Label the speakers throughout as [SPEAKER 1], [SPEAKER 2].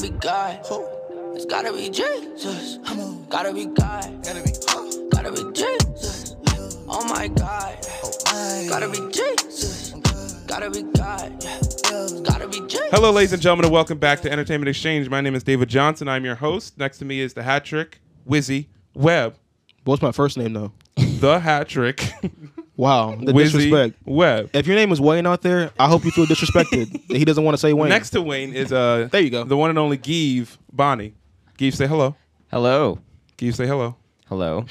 [SPEAKER 1] be God. Who? It's gotta be Jesus. Come on. Gotta be God. Gotta be, huh? gotta be Jesus. Oh my God. Gotta be Jesus. Gotta be God. Yeah. Gotta be Jesus.
[SPEAKER 2] Hello, ladies and gentlemen, and welcome back to Entertainment Exchange. My name is David Johnson. I'm your host. Next to me is the hat trick, Wizzy Webb.
[SPEAKER 3] What's my first name though?
[SPEAKER 2] The hat trick,
[SPEAKER 3] Wow, the
[SPEAKER 2] Wizzy
[SPEAKER 3] disrespect.
[SPEAKER 2] Webb.
[SPEAKER 3] If your name is Wayne out there, I hope you feel disrespected. that he doesn't want to say Wayne.
[SPEAKER 2] Next to Wayne is uh,
[SPEAKER 3] There you go.
[SPEAKER 2] the one and only Give Bonnie. Give, say hello.
[SPEAKER 4] Hello.
[SPEAKER 2] Give, say hello.
[SPEAKER 4] Hello.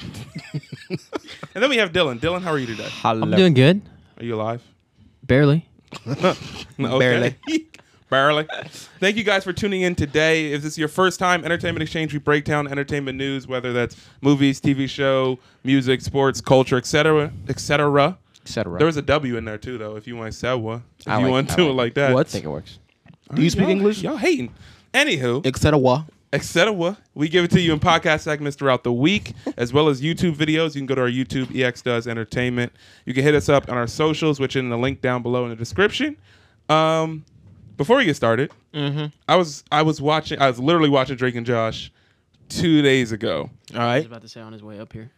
[SPEAKER 2] And then we have Dylan. Dylan, how are you today?
[SPEAKER 4] Hello.
[SPEAKER 5] I'm doing good.
[SPEAKER 2] Are you alive?
[SPEAKER 5] Barely.
[SPEAKER 2] Okay.
[SPEAKER 3] Barely.
[SPEAKER 2] Barely. Thank you guys for tuning in today. If this is your first time, Entertainment Exchange, we break down entertainment news, whether that's movies, TV show, music, sports, culture, etc., etc.
[SPEAKER 4] Etc.
[SPEAKER 2] There was a W in there too, though. If you want Sewa, if
[SPEAKER 4] I
[SPEAKER 2] you
[SPEAKER 4] like-
[SPEAKER 2] want
[SPEAKER 4] I
[SPEAKER 2] to
[SPEAKER 4] like-
[SPEAKER 2] like that.
[SPEAKER 3] What?
[SPEAKER 4] I think it works.
[SPEAKER 3] Do you speak
[SPEAKER 2] Y'all-
[SPEAKER 3] English?
[SPEAKER 2] Y'all hating. Anywho,
[SPEAKER 3] Etc. Wah.
[SPEAKER 2] etc. We give it to you in podcast segments throughout the week, as well as YouTube videos. You can go to our YouTube, EX Does Entertainment. You can hit us up on our socials, which in the link down below in the description. Um, before we get started,
[SPEAKER 5] Mm-hmm.
[SPEAKER 2] I was I was watching I was literally watching Drake and Josh two days ago.
[SPEAKER 3] All
[SPEAKER 5] I
[SPEAKER 3] right.
[SPEAKER 5] was about to say on his way up here.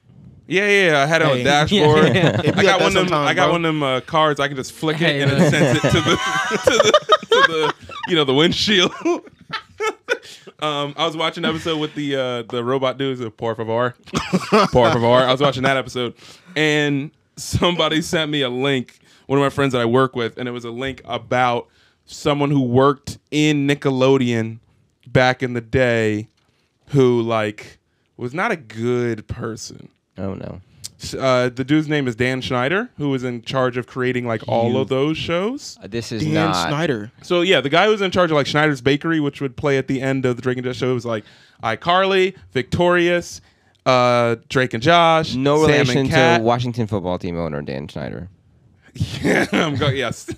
[SPEAKER 2] Yeah, yeah, yeah, I had it on
[SPEAKER 3] Hey.
[SPEAKER 2] the dashboard.
[SPEAKER 5] Yeah.
[SPEAKER 3] If you
[SPEAKER 2] I
[SPEAKER 3] got
[SPEAKER 2] got
[SPEAKER 3] that
[SPEAKER 2] one of them.
[SPEAKER 3] sometime,
[SPEAKER 2] I got
[SPEAKER 3] bro.
[SPEAKER 2] one of them uh, cards. I can just flick it
[SPEAKER 5] Hey,
[SPEAKER 2] and it
[SPEAKER 5] man.
[SPEAKER 2] sends it to the to the, to the you know the windshield. um, I was watching an episode with the uh, the robot dudes of Por Favor, Por Favor. I was watching that episode, and somebody sent me a link. One of my friends that I work with, and it was a link about someone who worked in Nickelodeon back in the day, who like was not a good person
[SPEAKER 4] Oh no.
[SPEAKER 2] uh, the dude's name is Dan Schneider, who was in charge of creating like all of those shows.
[SPEAKER 4] Uh, This is
[SPEAKER 3] Dan
[SPEAKER 4] not.
[SPEAKER 3] Snyder.
[SPEAKER 2] So yeah, the guy who was in charge of like Schneider's Bakery, which would play at the end of the Drake and Josh show, was like iCarly, Victorious, uh, Drake and Josh,
[SPEAKER 4] No
[SPEAKER 2] Sam and
[SPEAKER 4] relation to
[SPEAKER 2] Cat.
[SPEAKER 4] Washington football team owner Dan Schneider.
[SPEAKER 2] yeah, I'm going yes.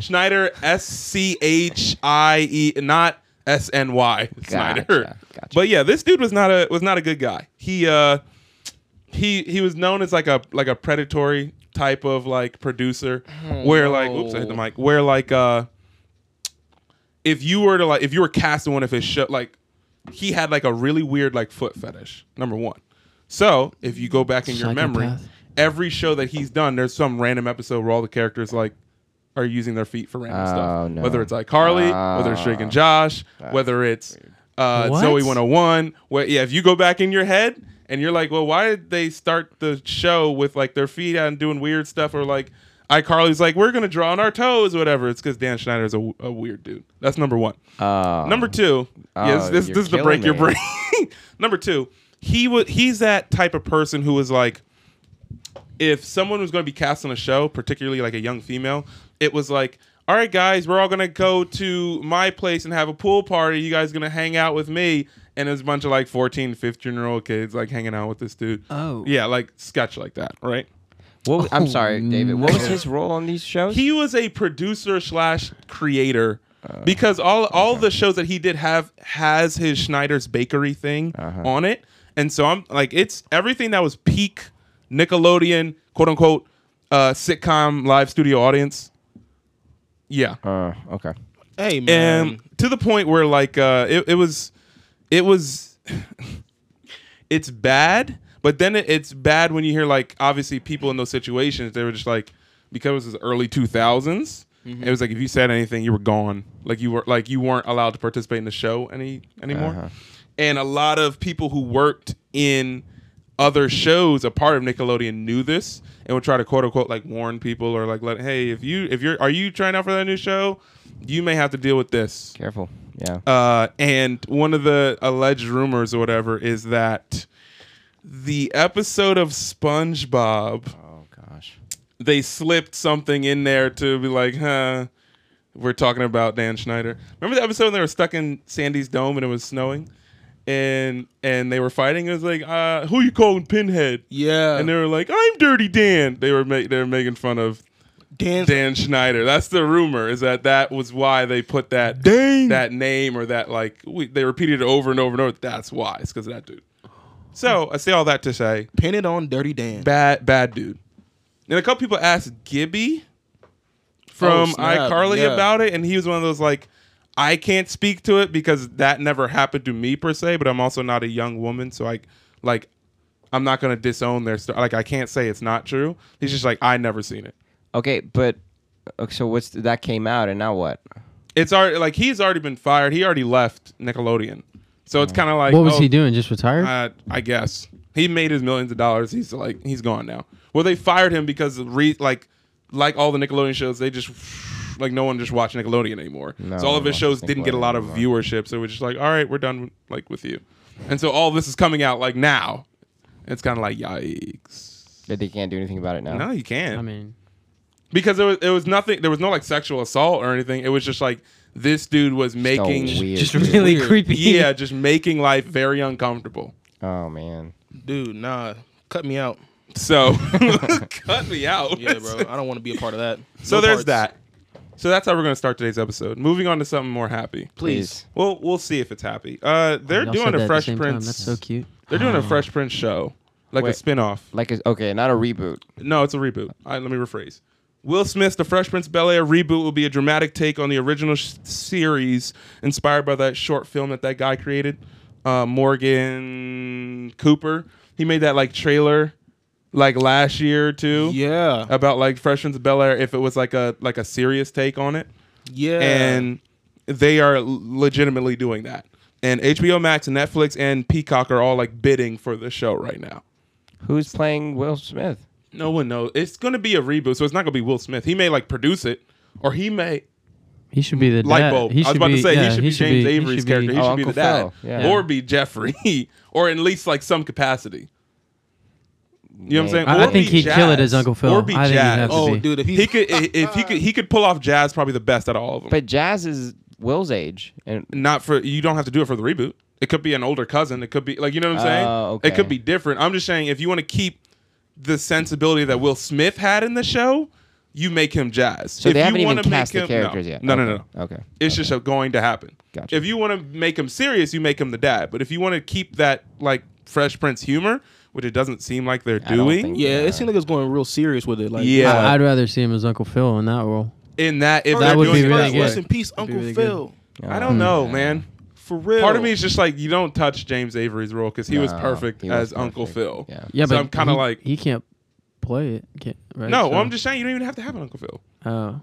[SPEAKER 2] Schneider S C H I E not S N Y Schneider.
[SPEAKER 4] gotcha.
[SPEAKER 2] But yeah, this dude was not a was not a good guy. He uh he he was known as like a like a predatory type of like producer where like oops I hit the mic where like uh if you were to like if you were casting one of his show like he had like a really weird like foot fetish number one so if you go back in your memory
[SPEAKER 5] Psychopath.
[SPEAKER 2] every show that he's done there's some random episode where all the characters like are using their feet for random
[SPEAKER 4] Oh,
[SPEAKER 2] stuff
[SPEAKER 4] no.
[SPEAKER 2] whether it's iCarly whether it's Drake and Josh whether it's uh, Zoe
[SPEAKER 5] What?
[SPEAKER 2] 101 where yeah if you go back in your head and you're like well why did they start the show with like their feet out and doing weird stuff or like iCarly's like we're gonna draw on our toes whatever it's because Dan Schneider's a, a weird dude that's number one
[SPEAKER 4] Uh,
[SPEAKER 2] Number two, yes,
[SPEAKER 4] Oh,
[SPEAKER 2] this,
[SPEAKER 4] you're
[SPEAKER 2] this is the
[SPEAKER 4] killing
[SPEAKER 2] break your
[SPEAKER 4] me.
[SPEAKER 2] brain. Number two, he was he's that type of person who was like, if someone was going to be cast on a show, particularly like a young female, it was like, all right, guys, we're all gonna go to my place and have a pool party. You guys gonna hang out with me? And there's a bunch of like 14, 15 year old kids like hanging out with this dude.
[SPEAKER 5] Oh.
[SPEAKER 2] yeah, like sketch like that, right?
[SPEAKER 4] What, was- I'm sorry, David. What was
[SPEAKER 2] no.
[SPEAKER 4] his role on these shows?
[SPEAKER 2] He was a producer slash creator because all all the shows that he did have has his Schneider's Bakery thing on it, and so I'm like it's everything that was peak Nickelodeon quote unquote uh, sitcom live studio audience. Yeah,
[SPEAKER 4] uh, okay.
[SPEAKER 3] Hey man.
[SPEAKER 2] and to the point where like uh, it it was it was it's bad, but then it, it's bad when you hear like obviously people in those situations they were just like because it was early two it was like if you said anything you were gone like you were like you weren't allowed to participate in the show any anymore, and a lot of people who worked in other shows a part of Nickelodeon knew this and would try to quote unquote like warn people or like let hey if you if you're are you trying out for that new show you may have to deal with this
[SPEAKER 4] Careful. Yeah.
[SPEAKER 2] uh, and one of the alleged rumors or whatever is that the episode of SpongeBob,
[SPEAKER 4] oh gosh.
[SPEAKER 2] they slipped something in there to be like, huh, we're talking about Dan Schneider. Remember the episode when they were stuck in Sandy's dome and it was snowing? And and they were fighting. It was like, uh, who you calling Pinhead?
[SPEAKER 3] yeah.
[SPEAKER 2] And they were like, I'm Dirty Dan. They were make, they were making fun of
[SPEAKER 3] Dan.
[SPEAKER 2] Dan Schneider. That's the rumor is that that was why they put that
[SPEAKER 3] Dang.
[SPEAKER 2] that name or that like we, they repeated it over and over and over. That's why it's because of that dude. So I say all that to say
[SPEAKER 3] Pin it on Dirty Dan.
[SPEAKER 2] bad bad dude. And a couple people asked Gibby from
[SPEAKER 3] Oh, snap.
[SPEAKER 2] iCarly
[SPEAKER 3] Yeah.
[SPEAKER 2] about it, and he was one of those like I can't speak to it because that never happened to me per se. But I'm also not a young woman, so I like I'm not gonna disown their story. Like I can't say it's not true. He's just like I never seen it.
[SPEAKER 4] Okay, but okay, so what's the, that came out and now what?
[SPEAKER 2] It's already like he's already been fired. He already left Nickelodeon, so it's kind of like
[SPEAKER 5] What was
[SPEAKER 2] oh,
[SPEAKER 5] he doing? Just retired?
[SPEAKER 2] Uh, I guess he made his millions of dollars. He's like he's gone now. Well, they fired him because of re- like like all the Nickelodeon shows, they just like no one just watched Nickelodeon anymore.
[SPEAKER 4] No
[SPEAKER 2] so all
[SPEAKER 4] one
[SPEAKER 2] of his
[SPEAKER 4] watches
[SPEAKER 2] shows didn't get a lot of
[SPEAKER 4] Nickelodeon
[SPEAKER 2] viewership. So we're just like, all right, we're done like with you. And so all this is coming out like now. It's kind of like yikes.
[SPEAKER 4] That they can't do anything about it now.
[SPEAKER 2] No, you can't
[SPEAKER 5] I mean,
[SPEAKER 2] because it was it was nothing. There was no like sexual assault or anything. It was just like this dude was
[SPEAKER 4] So
[SPEAKER 2] making
[SPEAKER 4] weird.
[SPEAKER 5] just
[SPEAKER 4] dude.
[SPEAKER 5] really creepy.
[SPEAKER 2] yeah, just making life very uncomfortable.
[SPEAKER 4] Oh man.
[SPEAKER 3] Dude, nah, cut me out.
[SPEAKER 2] So cut me out.
[SPEAKER 3] Yeah, bro, I don't want to be a part of that.
[SPEAKER 2] So
[SPEAKER 3] No
[SPEAKER 2] there's
[SPEAKER 3] parts.
[SPEAKER 2] that. So that's how we're gonna start today's episode. Moving on to something more happy.
[SPEAKER 3] Please.
[SPEAKER 2] Well, we'll see if it's happy. Uh, they're
[SPEAKER 5] Y'all said
[SPEAKER 2] doing
[SPEAKER 5] that at
[SPEAKER 2] a
[SPEAKER 5] the
[SPEAKER 2] Fresh
[SPEAKER 5] same time.
[SPEAKER 2] Prince.
[SPEAKER 5] That's so cute.
[SPEAKER 2] They're doing a Fresh Prince show, like a
[SPEAKER 4] Wait.
[SPEAKER 2] spin-off.
[SPEAKER 4] Like it's okay, not a reboot.
[SPEAKER 2] No, it's a reboot. All right, let me rephrase. Will Smith's The Fresh Prince of Bel Air reboot will be a dramatic take on the original sh- series inspired by that short film that that guy created, uh, Morgan Cooper. He made that like trailer, like last year or two,
[SPEAKER 3] Yeah,
[SPEAKER 2] about like Fresh Prince of Bel Air. If it was like a like a serious take on it,
[SPEAKER 3] yeah.
[SPEAKER 2] and they are l- legitimately doing that. And HBO Max, Netflix, and Peacock are all like bidding for the show right now.
[SPEAKER 4] Who's playing Will Smith?
[SPEAKER 2] No one knows. It's gonna be a reboot, so it's not gonna be Will Smith. He may like produce it, or he may
[SPEAKER 5] He should be the
[SPEAKER 2] light
[SPEAKER 5] dad.
[SPEAKER 2] bulb.
[SPEAKER 5] He
[SPEAKER 2] I was
[SPEAKER 5] should
[SPEAKER 2] about
[SPEAKER 5] be,
[SPEAKER 2] to say
[SPEAKER 5] yeah,
[SPEAKER 2] he should be James
[SPEAKER 5] he
[SPEAKER 2] Avery's
[SPEAKER 5] should be-
[SPEAKER 2] character. He
[SPEAKER 4] Oh,
[SPEAKER 2] should be the
[SPEAKER 4] Uncle
[SPEAKER 2] dad,
[SPEAKER 4] Phil. Yeah.
[SPEAKER 2] or be Jeffrey, or at least like some capacity. You know what I'm saying?
[SPEAKER 5] I- I
[SPEAKER 2] Or be
[SPEAKER 5] think he'd kill it
[SPEAKER 2] Jazz.
[SPEAKER 5] as Uncle Phil.
[SPEAKER 2] Or be
[SPEAKER 5] I think he'd
[SPEAKER 2] Jazz.
[SPEAKER 5] have to
[SPEAKER 2] Oh,
[SPEAKER 3] oh,
[SPEAKER 5] be.
[SPEAKER 3] dude, if he's
[SPEAKER 2] he could i- if he could he could pull off Jazz probably the best out of all of them.
[SPEAKER 4] But Jazz is Will's age, and
[SPEAKER 2] not for you don't have to do it for the reboot. It could be an older cousin. It could be like you know what I'm saying.
[SPEAKER 4] Oh,
[SPEAKER 2] It could
[SPEAKER 4] okay.
[SPEAKER 2] be different. I'm just saying if you want to keep the sensibility that Will Smith had in the show, you make him jazz.
[SPEAKER 4] so
[SPEAKER 2] if
[SPEAKER 4] they
[SPEAKER 2] you
[SPEAKER 4] haven't even
[SPEAKER 2] wanna make
[SPEAKER 4] cast the
[SPEAKER 2] him-
[SPEAKER 4] characters
[SPEAKER 2] no.
[SPEAKER 4] yet.
[SPEAKER 2] No,
[SPEAKER 4] okay.
[SPEAKER 2] no, no, no.
[SPEAKER 4] Okay.
[SPEAKER 2] It's just a- going to happen.
[SPEAKER 4] Gotcha.
[SPEAKER 2] If you want to make him serious, you make him the dad. But if you want to keep that like Fresh Prince humor, which it doesn't seem like they're
[SPEAKER 4] I don't
[SPEAKER 2] doing,
[SPEAKER 4] think-
[SPEAKER 3] yeah, it seemed like it was going real serious with it. Like,
[SPEAKER 2] Yeah.
[SPEAKER 5] I- I'd rather see him as Uncle Phil in that role.
[SPEAKER 2] in that if
[SPEAKER 3] First-
[SPEAKER 5] That
[SPEAKER 2] they're
[SPEAKER 5] would
[SPEAKER 2] doing
[SPEAKER 5] be
[SPEAKER 2] it
[SPEAKER 5] really
[SPEAKER 2] that
[SPEAKER 5] good.
[SPEAKER 2] way-
[SPEAKER 3] Rest in peace, Uncle
[SPEAKER 5] really good.
[SPEAKER 3] Phil.
[SPEAKER 2] I don't know,
[SPEAKER 4] Mm, Yeah.
[SPEAKER 2] man.
[SPEAKER 3] For real.
[SPEAKER 2] Part of me is just like you don't touch James Avery's role because he was
[SPEAKER 4] No,
[SPEAKER 2] perfect
[SPEAKER 4] he
[SPEAKER 2] as
[SPEAKER 4] was
[SPEAKER 2] Uncle
[SPEAKER 4] perfect.
[SPEAKER 2] Phil.
[SPEAKER 4] Yeah.
[SPEAKER 5] Yeah,
[SPEAKER 2] So
[SPEAKER 5] but
[SPEAKER 2] I'm kinda
[SPEAKER 5] he-
[SPEAKER 2] like-
[SPEAKER 5] he can't play it. Can't, right?
[SPEAKER 2] No, well,
[SPEAKER 5] So-
[SPEAKER 2] I'm just saying you don't even have to have an Uncle Phil.
[SPEAKER 5] Oh,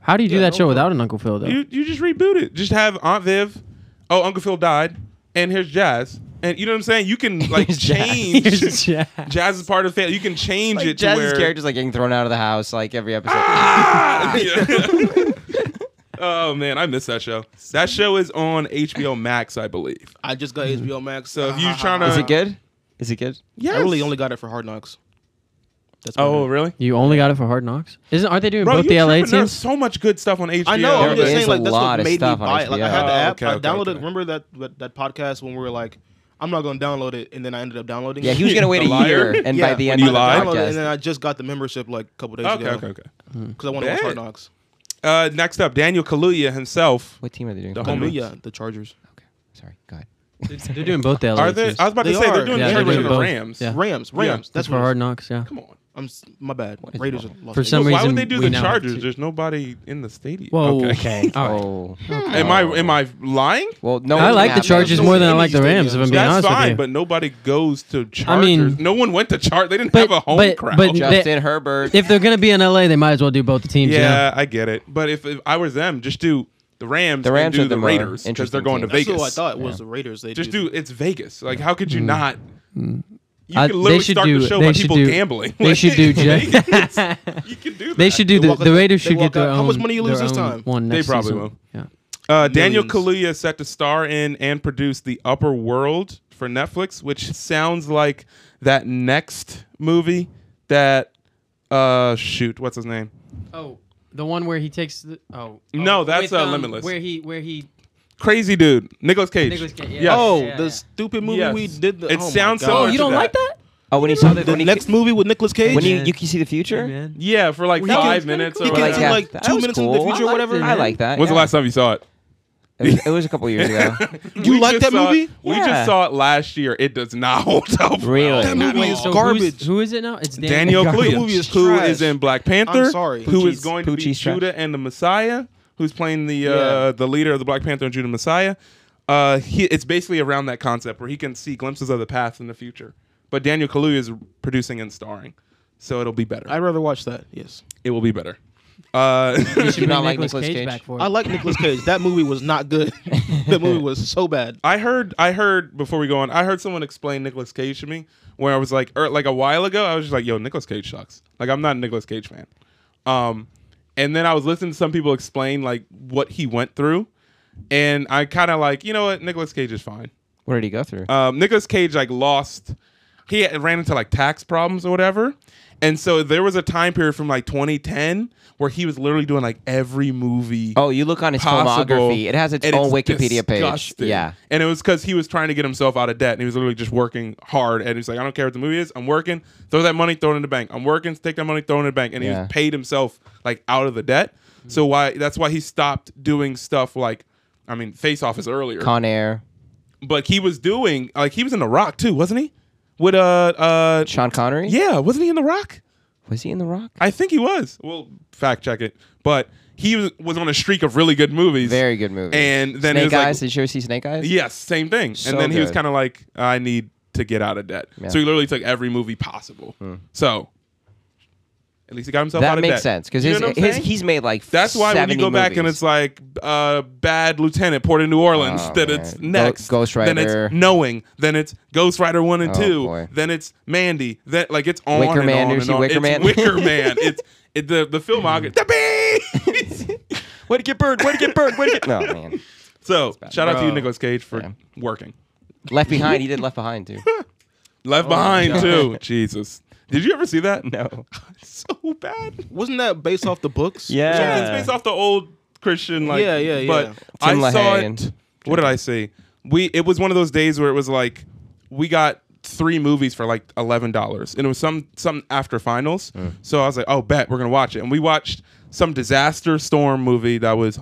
[SPEAKER 5] how do you do
[SPEAKER 3] Yeah,
[SPEAKER 5] that
[SPEAKER 3] no
[SPEAKER 5] show
[SPEAKER 3] problem.
[SPEAKER 5] without an Uncle Phil though?
[SPEAKER 2] You you just reboot it. Just have Aunt Viv. Oh, Uncle Phil died, and here's Jazz. And you know what I'm saying? You can like
[SPEAKER 4] Here's Jazz.
[SPEAKER 2] change.
[SPEAKER 5] Here's Jazz.
[SPEAKER 2] is part of the family. You can change
[SPEAKER 4] Like,
[SPEAKER 2] it to
[SPEAKER 4] Jazz's
[SPEAKER 2] where.
[SPEAKER 4] character's like getting thrown out of the house like every episode.
[SPEAKER 2] Ah! Yeah. oh man, I miss that show. That show is on HBO Max, I believe.
[SPEAKER 3] I just got HBO Max.
[SPEAKER 2] Mm-hmm. So if you
[SPEAKER 3] Ha, ha,
[SPEAKER 2] tryna-
[SPEAKER 3] ha,
[SPEAKER 4] Is
[SPEAKER 3] ha.
[SPEAKER 4] it good? Is it good?
[SPEAKER 2] Yeah.
[SPEAKER 3] I really only got it for Hard Knocks. That's my
[SPEAKER 2] Oh
[SPEAKER 3] bad.
[SPEAKER 2] really?
[SPEAKER 5] You only got it for Hard Knocks? Isn't aren't they doing
[SPEAKER 2] Bro,
[SPEAKER 5] both
[SPEAKER 2] you
[SPEAKER 5] the LA
[SPEAKER 2] tripping. there's
[SPEAKER 5] teams?
[SPEAKER 2] so much good stuff on HBO.
[SPEAKER 3] I know.
[SPEAKER 4] There
[SPEAKER 3] I'm just
[SPEAKER 4] is
[SPEAKER 3] saying,
[SPEAKER 4] a
[SPEAKER 3] like that's
[SPEAKER 4] lot
[SPEAKER 3] what
[SPEAKER 4] of
[SPEAKER 3] made me
[SPEAKER 4] stuff on
[SPEAKER 3] buy it. Like I
[SPEAKER 4] HBO.
[SPEAKER 3] had the
[SPEAKER 2] Oh,
[SPEAKER 3] app.
[SPEAKER 2] okay,
[SPEAKER 3] I
[SPEAKER 2] okay,
[SPEAKER 3] downloaded.
[SPEAKER 2] okay.
[SPEAKER 3] Remember that, that that podcast when we were like, I'm not gonna download it, and then I ended up downloading.
[SPEAKER 4] Yeah,
[SPEAKER 3] it.
[SPEAKER 4] he was gonna wait
[SPEAKER 2] The
[SPEAKER 4] a
[SPEAKER 2] liar?
[SPEAKER 4] year, and
[SPEAKER 3] Yeah,
[SPEAKER 4] by the
[SPEAKER 2] when
[SPEAKER 4] end
[SPEAKER 2] you
[SPEAKER 4] of the
[SPEAKER 2] lied?
[SPEAKER 3] downloaded it, and then
[SPEAKER 4] podcast,
[SPEAKER 3] I just got the membership like a couple days
[SPEAKER 2] Okay,
[SPEAKER 3] ago.
[SPEAKER 2] okay, okay.
[SPEAKER 3] Because I want to watch
[SPEAKER 2] Bet.
[SPEAKER 3] Hard Knocks.
[SPEAKER 2] Uh, next up, Daniel Kaluuya himself.
[SPEAKER 4] what team are they doing?
[SPEAKER 2] The
[SPEAKER 4] Sorry.
[SPEAKER 2] homies.
[SPEAKER 3] Homie, yeah, the Chargers,
[SPEAKER 4] Sorry, go ahead.
[SPEAKER 5] They're doing both the LA
[SPEAKER 2] Are they?
[SPEAKER 5] teams.
[SPEAKER 2] I was about to
[SPEAKER 3] They
[SPEAKER 2] say
[SPEAKER 3] are.
[SPEAKER 2] they're doing
[SPEAKER 5] Yeah,
[SPEAKER 2] the
[SPEAKER 5] they're
[SPEAKER 2] Chargers
[SPEAKER 5] doing
[SPEAKER 2] and the
[SPEAKER 5] both.
[SPEAKER 2] Rams.
[SPEAKER 5] Yeah.
[SPEAKER 3] Rams,
[SPEAKER 2] Yeah.
[SPEAKER 3] Rams.
[SPEAKER 5] That's
[SPEAKER 3] That's
[SPEAKER 5] for
[SPEAKER 3] what it is.
[SPEAKER 5] Hard Knocks. Yeah.
[SPEAKER 2] Come on.
[SPEAKER 3] I'm s- my bad.
[SPEAKER 4] is
[SPEAKER 3] Raiders.
[SPEAKER 4] wrong?
[SPEAKER 3] lost
[SPEAKER 5] For
[SPEAKER 3] Vegas.
[SPEAKER 5] some
[SPEAKER 2] But why
[SPEAKER 5] reason,
[SPEAKER 2] would they do
[SPEAKER 5] we
[SPEAKER 2] the
[SPEAKER 5] now have
[SPEAKER 2] Chargers?
[SPEAKER 5] to-
[SPEAKER 2] There's nobody in the stadium.
[SPEAKER 5] Whoa. Okay. All right.
[SPEAKER 4] Oh.
[SPEAKER 2] Am I am I lying?
[SPEAKER 4] Well, no.
[SPEAKER 5] I
[SPEAKER 4] one can
[SPEAKER 5] like the
[SPEAKER 4] have it.
[SPEAKER 5] Chargers
[SPEAKER 3] no
[SPEAKER 5] more than I
[SPEAKER 3] Indy
[SPEAKER 5] like the Rams. If
[SPEAKER 3] stadium.
[SPEAKER 5] I'm being
[SPEAKER 2] That's
[SPEAKER 5] honest
[SPEAKER 2] fine,
[SPEAKER 5] with you.
[SPEAKER 2] but nobody goes to Chargers.
[SPEAKER 5] I mean-
[SPEAKER 2] no one went to Chargers. They didn't
[SPEAKER 5] But-
[SPEAKER 2] have a home
[SPEAKER 5] but-
[SPEAKER 2] crowd.
[SPEAKER 5] but-
[SPEAKER 4] Justin
[SPEAKER 5] They-
[SPEAKER 4] Herbert.
[SPEAKER 5] if they're gonna be in LA, they might as well do both the teams.
[SPEAKER 2] yeah,
[SPEAKER 5] you know?
[SPEAKER 2] I get it. But if, if I was them, just do the Rams.
[SPEAKER 4] The Rams
[SPEAKER 2] and do
[SPEAKER 4] are
[SPEAKER 2] the
[SPEAKER 4] the more
[SPEAKER 2] Raiders because
[SPEAKER 4] interesting
[SPEAKER 2] they're going to
[SPEAKER 4] team.
[SPEAKER 3] That's
[SPEAKER 2] Vegas.
[SPEAKER 3] who I thought was the Raiders. They
[SPEAKER 2] Just
[SPEAKER 3] do.
[SPEAKER 2] do it's Vegas. Like how could you not? You
[SPEAKER 5] Mm. I-
[SPEAKER 2] could literally start the show by
[SPEAKER 5] should
[SPEAKER 2] people
[SPEAKER 5] do-
[SPEAKER 2] gambling.
[SPEAKER 5] They
[SPEAKER 2] Like,
[SPEAKER 5] should do.
[SPEAKER 2] Vegas.
[SPEAKER 5] Ju-
[SPEAKER 2] you can do that.
[SPEAKER 5] they should do
[SPEAKER 3] They
[SPEAKER 5] the.
[SPEAKER 3] walk
[SPEAKER 5] The
[SPEAKER 3] out-
[SPEAKER 5] Raiders
[SPEAKER 3] they
[SPEAKER 5] should get
[SPEAKER 3] walk
[SPEAKER 5] their
[SPEAKER 3] out.
[SPEAKER 5] own.
[SPEAKER 3] How much money you
[SPEAKER 5] their
[SPEAKER 3] lose this
[SPEAKER 5] own
[SPEAKER 3] time?
[SPEAKER 5] One
[SPEAKER 2] They
[SPEAKER 5] next
[SPEAKER 2] probably
[SPEAKER 5] season.
[SPEAKER 2] won't.
[SPEAKER 5] Yeah.
[SPEAKER 2] Uh, Daniel
[SPEAKER 3] Millions.
[SPEAKER 2] Kaluuya is set to star in and produce The Upper World for Netflix, which sounds like that next movie that uh shoot, what's his name?
[SPEAKER 5] Oh, the one where he takes the. Oh.
[SPEAKER 2] No, that's, with, uh, um, Limitless. where
[SPEAKER 5] Where he where he
[SPEAKER 2] Crazy dude, Nicolas Cage.
[SPEAKER 5] Nicolas Cage, yeah.
[SPEAKER 2] Yes.
[SPEAKER 3] Oh,
[SPEAKER 5] Yeah,
[SPEAKER 3] the
[SPEAKER 5] yeah.
[SPEAKER 3] stupid movie
[SPEAKER 2] Yes.
[SPEAKER 3] we did. The,
[SPEAKER 2] It
[SPEAKER 3] oh my
[SPEAKER 2] sounds
[SPEAKER 3] God.
[SPEAKER 2] so-
[SPEAKER 5] Oh,
[SPEAKER 2] After
[SPEAKER 5] you don't
[SPEAKER 2] that.
[SPEAKER 5] like that?
[SPEAKER 4] Oh, when he saw the,
[SPEAKER 3] The
[SPEAKER 4] when he
[SPEAKER 3] next movie with Nicolas Cage.
[SPEAKER 4] when you
[SPEAKER 5] Yeah.
[SPEAKER 4] you can see the future.
[SPEAKER 2] Yeah, for like
[SPEAKER 5] Well, he
[SPEAKER 2] five
[SPEAKER 5] can-
[SPEAKER 2] minutes
[SPEAKER 5] he
[SPEAKER 2] or
[SPEAKER 5] can
[SPEAKER 2] whatever.
[SPEAKER 5] do,
[SPEAKER 4] Yeah,
[SPEAKER 3] like,
[SPEAKER 4] that
[SPEAKER 3] two
[SPEAKER 4] was
[SPEAKER 3] minutes into the
[SPEAKER 4] cool.
[SPEAKER 3] future or
[SPEAKER 4] I liked
[SPEAKER 3] whatever.
[SPEAKER 4] it. I like that.
[SPEAKER 2] When's the
[SPEAKER 4] yeah.
[SPEAKER 2] last time you saw it?
[SPEAKER 4] It was, it was a couple years ago.
[SPEAKER 3] You
[SPEAKER 2] We
[SPEAKER 3] like
[SPEAKER 2] just
[SPEAKER 3] that
[SPEAKER 2] saw-
[SPEAKER 3] movie?
[SPEAKER 2] We
[SPEAKER 4] Yeah.
[SPEAKER 2] just saw it last year. It does not hold up. well
[SPEAKER 4] Really?
[SPEAKER 2] at
[SPEAKER 3] That movie
[SPEAKER 2] all.
[SPEAKER 3] is
[SPEAKER 5] who's-
[SPEAKER 3] garbage.
[SPEAKER 5] Who is it now? It's
[SPEAKER 2] Daniel
[SPEAKER 4] Daniel
[SPEAKER 2] Kaluuya,
[SPEAKER 3] Kaluuya is
[SPEAKER 2] who
[SPEAKER 3] trash.
[SPEAKER 2] is in Black Panther,
[SPEAKER 3] sorry.
[SPEAKER 2] who is
[SPEAKER 3] Poochie's-
[SPEAKER 2] going to be
[SPEAKER 4] Poochie's trash.
[SPEAKER 2] Judah and the Messiah, who's playing the uh,
[SPEAKER 3] Yeah.
[SPEAKER 2] the leader of the Black Panther and Judah Messiah. Uh, he, it's basically around that concept where he can see glimpses of the past and the future. But Daniel Kaluuya is producing and starring, so it'll be better.
[SPEAKER 3] I'd rather watch that. Yes,
[SPEAKER 2] it will be better. Uh,
[SPEAKER 5] You should
[SPEAKER 4] You not
[SPEAKER 5] bring
[SPEAKER 4] like
[SPEAKER 5] Nicolas
[SPEAKER 4] Nicolas
[SPEAKER 5] Cage,
[SPEAKER 4] Cage?
[SPEAKER 5] back for it.
[SPEAKER 3] I like Nicolas Cage. That movie was not good. that movie was so bad.
[SPEAKER 2] I heard I heard before we go on, I heard someone explain Nicolas Cage to me where I was like or like a while ago, I was just like, yo, Nicolas Cage sucks. Like I'm not a Nicolas Cage fan. Um and then I was listening to some people explain like what he went through. And I kinda like, you know what, Nicolas Cage is fine.
[SPEAKER 4] What did he go through?
[SPEAKER 2] Um Nicolas Cage like lost he had- ran into like tax problems or whatever. And so there was a time period from like 2010 where he was literally doing like every movie
[SPEAKER 4] oh, you look on his
[SPEAKER 2] possible,
[SPEAKER 4] filmography. It has its
[SPEAKER 2] and
[SPEAKER 4] own Wikipedia
[SPEAKER 2] disgusting.
[SPEAKER 4] page. Yeah.
[SPEAKER 2] and it was because he was trying to get himself out of debt, and he was literally just working hard. And he's like, I don't care what the movie is, I'm working. Throw that money, throw it in the bank. I'm working, take that money, throw it in the bank. And he
[SPEAKER 4] Yeah. Mm-hmm.
[SPEAKER 2] was paid himself like out of the debt. So why? That's why he stopped doing stuff like, I mean, Face Off is earlier,
[SPEAKER 4] Con Air,
[SPEAKER 2] but he was doing like he was in The Rock too, wasn't he? With uh uh
[SPEAKER 4] Sean Connery.
[SPEAKER 2] yeah, wasn't he in The Rock?
[SPEAKER 4] Was he in The Rock?
[SPEAKER 2] I think he was. Well, fact check it, but. He was, was on a streak of really good movies.
[SPEAKER 4] Very good movie.
[SPEAKER 2] And then it
[SPEAKER 4] Snake
[SPEAKER 2] was like-
[SPEAKER 4] Eyes. did you ever see Snake Eyes?
[SPEAKER 2] Yes, same thing.
[SPEAKER 4] So
[SPEAKER 2] and then he was
[SPEAKER 4] good.
[SPEAKER 2] kind of like, I need to get out of debt.
[SPEAKER 4] Yeah. Hmm.
[SPEAKER 2] So he literally took every movie possible. So at least he got himself out
[SPEAKER 4] That
[SPEAKER 2] of
[SPEAKER 4] makes
[SPEAKER 2] debt.
[SPEAKER 4] sense because
[SPEAKER 2] You
[SPEAKER 4] his,
[SPEAKER 2] know what I'm
[SPEAKER 4] his,
[SPEAKER 2] saying?
[SPEAKER 4] he's made like
[SPEAKER 2] That's why when you
[SPEAKER 4] 70
[SPEAKER 2] go back and
[SPEAKER 4] movies.
[SPEAKER 2] it's like uh, Bad Lieutenant, Port of New Orleans,
[SPEAKER 4] Oh,
[SPEAKER 2] then
[SPEAKER 4] man.
[SPEAKER 2] it's
[SPEAKER 4] Go-
[SPEAKER 2] next.
[SPEAKER 4] Ghost
[SPEAKER 2] Then
[SPEAKER 4] Rider.
[SPEAKER 2] it's Knowing. Then it's Ghost Rider 1 and
[SPEAKER 4] Oh,
[SPEAKER 2] 2.
[SPEAKER 4] boy.
[SPEAKER 2] Then it's Mandy. That Like it's on
[SPEAKER 4] Wicker
[SPEAKER 2] and
[SPEAKER 4] Man.
[SPEAKER 2] on
[SPEAKER 4] You
[SPEAKER 2] and
[SPEAKER 4] see
[SPEAKER 2] on.
[SPEAKER 4] Wicker
[SPEAKER 2] it's
[SPEAKER 4] Man? Hmm.
[SPEAKER 2] Wicker Man. It's it, the, the filmography. the bees!
[SPEAKER 4] Way to get burned? Way to get burned? Way to get? No man.
[SPEAKER 2] so shout out to you,
[SPEAKER 3] Bro.
[SPEAKER 2] Nicolas Cage, for
[SPEAKER 4] Yeah.
[SPEAKER 2] working.
[SPEAKER 4] Left Behind. He did Left Behind too.
[SPEAKER 2] Left Behind too. Jesus. Did you ever see that?
[SPEAKER 4] Oh No.
[SPEAKER 2] so bad.
[SPEAKER 3] Wasn't that based off the books?
[SPEAKER 4] Yeah.
[SPEAKER 2] Something's based off the old Christian like.
[SPEAKER 3] Yeah, yeah, yeah.
[SPEAKER 2] But I
[SPEAKER 4] Tim
[SPEAKER 2] saw
[SPEAKER 4] LaHaye and-
[SPEAKER 2] it. What did I see? We it was one of those days where it was like we got three movies for like eleven dollars, and it was some some after finals.
[SPEAKER 4] Mm.
[SPEAKER 2] So I was like, oh bet we're gonna watch it, and we watched some disaster storm movie that was.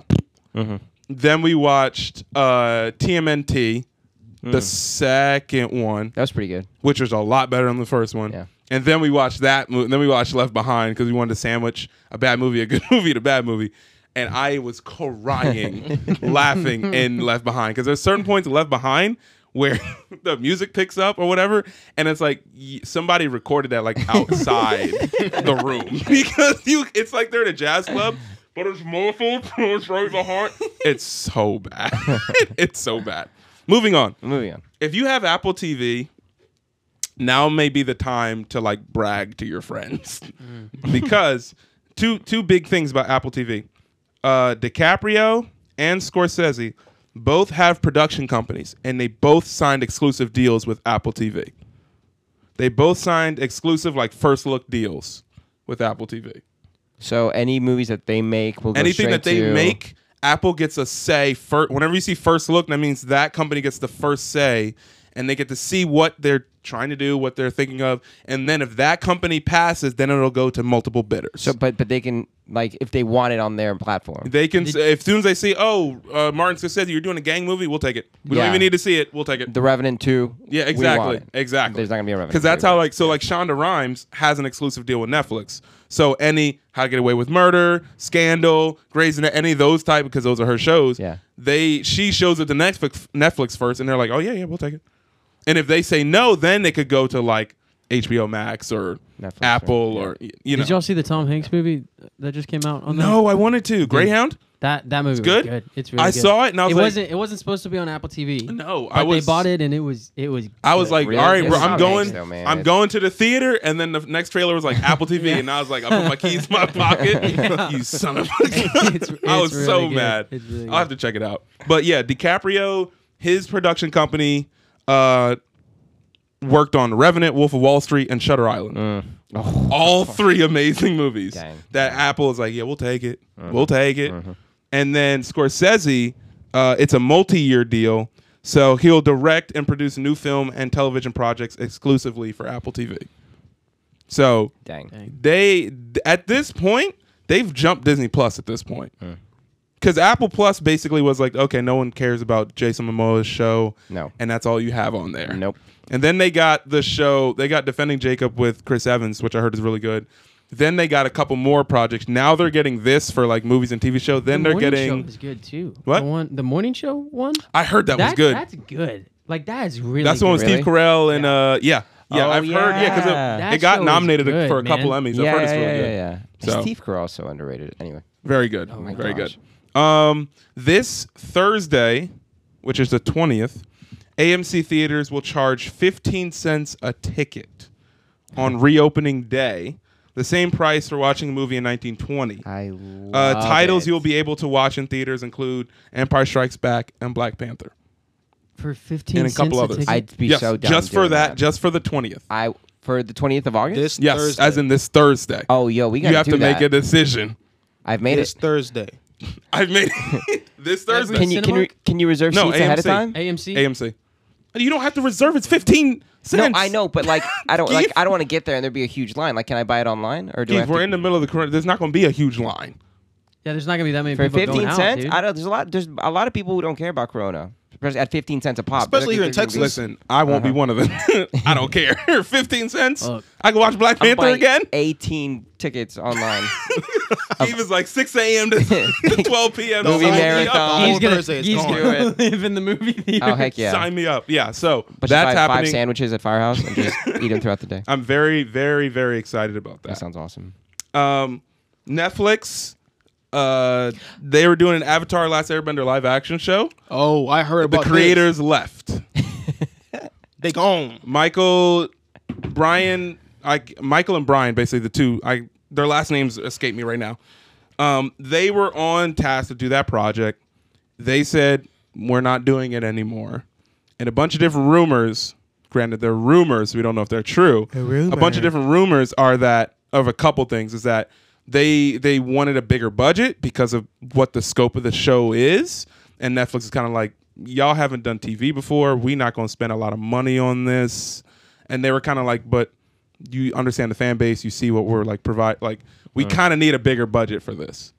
[SPEAKER 4] Mm-hmm.
[SPEAKER 2] Then we watched uh, TMNT,
[SPEAKER 4] Mm.
[SPEAKER 2] the second one
[SPEAKER 4] That was pretty good.
[SPEAKER 2] which was a lot better than the first one.
[SPEAKER 4] Yeah.
[SPEAKER 2] And then we watched that movie. Then we watched Left Behind because we wanted to sandwich a bad movie, a good movie, to bad movie. And I was crying, laughing in Left Behind because there's certain points in Left Behind where the music picks up or whatever, and it's like y- somebody recorded that like outside the room because you, it's like they're in a jazz club. But it's muffled. It's right behind. It's so bad. it's so bad. Moving on
[SPEAKER 4] Moving on.
[SPEAKER 2] if you have Apple TV, now may be the time to like brag to your friends because two two big things about Apple TV: uh, DiCaprio and Scorsese both have production companies, and they both signed exclusive deals with Apple TV. They both signed exclusive like first look deals with Apple TV.
[SPEAKER 4] So any movies that they make will go
[SPEAKER 2] Anything that
[SPEAKER 4] straight
[SPEAKER 2] they
[SPEAKER 4] to-
[SPEAKER 2] make, Apple gets a say. First, whenever you see first look, that means that company gets the first say, and they get to see what they're trying to do, what they're thinking of, and then if that company passes, then it'll go to multiple bidders.
[SPEAKER 4] So, but but they can like if they want it on their platform.
[SPEAKER 2] they can say, as soon as they see, oh, uh, Martin Scorsese, you're doing a gang movie, we'll take it. We
[SPEAKER 4] Yeah.
[SPEAKER 2] don't even need to see it, we'll take it.
[SPEAKER 4] the Revenant two.
[SPEAKER 2] Yeah, exactly, exactly.
[SPEAKER 4] There's not gonna be a Revenant
[SPEAKER 2] because that's
[SPEAKER 4] 2,
[SPEAKER 2] how like so like Shonda Rhimes has an exclusive deal with Netflix. So any How to Get Away with Murder, Scandal, Grey's Anatomy, any of those type because those are her shows.
[SPEAKER 4] Yeah.
[SPEAKER 2] they she shows it to Netflix Netflix first, and they're like, oh yeah, yeah, we'll take it. And if they say no, then they could go to like HBO Max or
[SPEAKER 4] Netflix,
[SPEAKER 2] Apple or y- you know.
[SPEAKER 5] Did y'all see the Tom Hanks movie that just came out? on
[SPEAKER 2] no, I wanted to Greyhound.
[SPEAKER 5] that that movie was
[SPEAKER 2] good?
[SPEAKER 5] good. It's really
[SPEAKER 2] I
[SPEAKER 5] good.
[SPEAKER 2] saw it and I was
[SPEAKER 5] it
[SPEAKER 2] like-
[SPEAKER 5] wasn't it wasn't supposed to be on Apple TV.
[SPEAKER 2] No,
[SPEAKER 5] but
[SPEAKER 2] I was.
[SPEAKER 5] they bought it and it was it was.
[SPEAKER 2] I was like,
[SPEAKER 4] Really?
[SPEAKER 2] all right,
[SPEAKER 4] It's
[SPEAKER 2] bro, I'm
[SPEAKER 4] Tom
[SPEAKER 2] going,
[SPEAKER 4] Hanks, though, man.
[SPEAKER 2] I'm
[SPEAKER 4] It's-
[SPEAKER 2] going to the theater, and then the next trailer was like Apple TV, and I was like, I put my keys in my pocket. You son of a gun.
[SPEAKER 5] It's-
[SPEAKER 2] I was
[SPEAKER 5] it's
[SPEAKER 2] so
[SPEAKER 5] really good.
[SPEAKER 2] mad.
[SPEAKER 5] It's really
[SPEAKER 2] I'll have to check it out. But yeah, DiCaprio, his production company, uh, worked on Revenant, Wolf of Wall Street, and Shutter Island.
[SPEAKER 5] Mm.
[SPEAKER 2] Oh. All three amazing movies
[SPEAKER 4] Dang.
[SPEAKER 2] that Apple is like, yeah, we'll take it,
[SPEAKER 5] Mm-hmm.
[SPEAKER 2] we'll take it. And then Scorsese, uh, it's a multi-year deal, so he'll direct and produce new film and television projects exclusively for Apple TV. So
[SPEAKER 4] Dang. Dang.
[SPEAKER 2] they at this point they've jumped Disney Plus at this point.
[SPEAKER 4] Hmm.
[SPEAKER 2] Because Apple Plus basically was like, okay, no one cares about Jason Momoa's show,
[SPEAKER 4] No.
[SPEAKER 2] and that's all you have on there.
[SPEAKER 4] Nope.
[SPEAKER 2] And then they got the show, they got Defending Jacob with Chris Evans, which I heard is really good. Then they got a couple more projects. Now they're getting this for like movies and TV show. Then
[SPEAKER 5] the
[SPEAKER 2] they're
[SPEAKER 5] morning
[SPEAKER 2] getting.
[SPEAKER 5] show is good too.
[SPEAKER 2] What?
[SPEAKER 5] the one? The morning show one.
[SPEAKER 2] I heard that, was good.
[SPEAKER 5] That's good. Like that is really.
[SPEAKER 2] That's the
[SPEAKER 5] good.
[SPEAKER 2] one with Steve Carell and uh yeah yeah
[SPEAKER 4] Oh,
[SPEAKER 2] I've heard yeah
[SPEAKER 4] yeah.
[SPEAKER 2] because it,
[SPEAKER 5] That
[SPEAKER 2] it got
[SPEAKER 5] show is
[SPEAKER 2] nominated
[SPEAKER 5] good,
[SPEAKER 2] for a couple
[SPEAKER 5] man.
[SPEAKER 2] Emmys.
[SPEAKER 4] yeah,
[SPEAKER 2] I've heard it's
[SPEAKER 4] yeah,
[SPEAKER 2] really
[SPEAKER 4] yeah,
[SPEAKER 2] good.
[SPEAKER 4] yeah.
[SPEAKER 2] So-
[SPEAKER 4] Steve Carell also underrated. Anyway,
[SPEAKER 2] Very good.
[SPEAKER 5] my
[SPEAKER 2] Very
[SPEAKER 4] Oh gosh.
[SPEAKER 2] good. Um, this Thursday, which is the 20th, AMC theaters will charge 15 cents a ticket on reopening day, the same price for watching a movie in 1920.
[SPEAKER 4] I
[SPEAKER 2] Uh,
[SPEAKER 4] love
[SPEAKER 2] titles
[SPEAKER 4] it.
[SPEAKER 2] you'll be able to watch in theaters include Empire Strikes Back and Black Panther,
[SPEAKER 5] for fifteen
[SPEAKER 2] and a couple
[SPEAKER 5] cents
[SPEAKER 2] others.
[SPEAKER 5] ticket.
[SPEAKER 4] I'd be
[SPEAKER 2] Yes,
[SPEAKER 4] so down
[SPEAKER 2] just for
[SPEAKER 4] doing
[SPEAKER 2] that,
[SPEAKER 4] that.
[SPEAKER 2] just for the 20th.
[SPEAKER 4] I for the twentieth of August.
[SPEAKER 3] This
[SPEAKER 2] Yes,
[SPEAKER 3] Thursday.
[SPEAKER 2] as in this Thursday.
[SPEAKER 4] oh, yo, we gotta
[SPEAKER 2] you have
[SPEAKER 4] do
[SPEAKER 2] to
[SPEAKER 4] that.
[SPEAKER 2] make a decision.
[SPEAKER 4] I've made
[SPEAKER 3] This
[SPEAKER 4] it.
[SPEAKER 3] Thursday.
[SPEAKER 2] I've made it this Thursday.
[SPEAKER 4] Can you can, re-
[SPEAKER 5] Cinemark?
[SPEAKER 4] can you reserve
[SPEAKER 2] No,
[SPEAKER 4] seats ahead of
[SPEAKER 2] AMC.
[SPEAKER 4] time?
[SPEAKER 5] AMC.
[SPEAKER 2] AMC. You don't have to reserve. It's fifteen
[SPEAKER 4] No,
[SPEAKER 2] cents.
[SPEAKER 4] I know, but like I don't like
[SPEAKER 2] Keith.
[SPEAKER 4] I don't want to get there and there'd be a huge line. Like, can I buy it online or do I
[SPEAKER 2] Keith,
[SPEAKER 4] have
[SPEAKER 2] we're
[SPEAKER 4] to-
[SPEAKER 2] in the middle of the current. There's not going to be a huge line.
[SPEAKER 5] Yeah, there's not gonna be that many
[SPEAKER 4] for
[SPEAKER 5] people
[SPEAKER 4] fifteen
[SPEAKER 5] going
[SPEAKER 4] cents?
[SPEAKER 5] out, dude.
[SPEAKER 4] I don't. There's a lot. There's a lot of people who don't care about Corona. Especially At fifteen cents a pop,
[SPEAKER 3] Especially
[SPEAKER 4] They're-
[SPEAKER 3] here in
[SPEAKER 4] they're gonna
[SPEAKER 3] Texas.
[SPEAKER 4] be-
[SPEAKER 2] Listen, I won't be
[SPEAKER 4] Uh-huh.
[SPEAKER 2] one of them. I don't care. fifteen cents.
[SPEAKER 5] Look.
[SPEAKER 2] I can watch Black
[SPEAKER 4] I'm
[SPEAKER 2] Panther
[SPEAKER 4] buying
[SPEAKER 2] again.
[SPEAKER 4] Eighteen tickets online.
[SPEAKER 2] Keith is like six a.m. to, to twelve p.m.
[SPEAKER 3] The
[SPEAKER 2] Sign me
[SPEAKER 4] movie
[SPEAKER 2] up.
[SPEAKER 4] marathon.
[SPEAKER 3] He's
[SPEAKER 5] he's gonna,
[SPEAKER 3] Thursday is
[SPEAKER 5] he's
[SPEAKER 3] gone.
[SPEAKER 5] gonna live in the movie theater.
[SPEAKER 4] oh heck yeah!
[SPEAKER 2] Sign me up. Yeah. So
[SPEAKER 4] But
[SPEAKER 2] that's
[SPEAKER 4] just buy
[SPEAKER 2] happening. Uh,
[SPEAKER 4] five sandwiches at Firehouse and just eat them throughout the day.
[SPEAKER 2] I'm very, very, very excited about
[SPEAKER 4] That
[SPEAKER 2] that.
[SPEAKER 4] sounds awesome.
[SPEAKER 2] Um, Netflix. Uh, they were doing an Avatar: Last Airbender live action show.
[SPEAKER 3] Oh, I heard
[SPEAKER 2] The
[SPEAKER 3] about this.
[SPEAKER 2] creators left.
[SPEAKER 3] They gone.
[SPEAKER 2] Michael, Brian, I Michael and Brian, basically the two. I their last names escape me right now. Um, they were on task to do that project. They said we're not doing it anymore, and a bunch of different rumors. Granted, they're rumors. We don't know if they're true. A, bunch of different rumors are that of a couple things is that they they wanted a bigger budget because of what the scope of the show is, and Netflix is kind of like y'all haven't done TV before. We not going to spend a lot of money on this, and they were kind of like, but you understand the fan base. You see what we're like provide. Like we kind of need a bigger budget for this.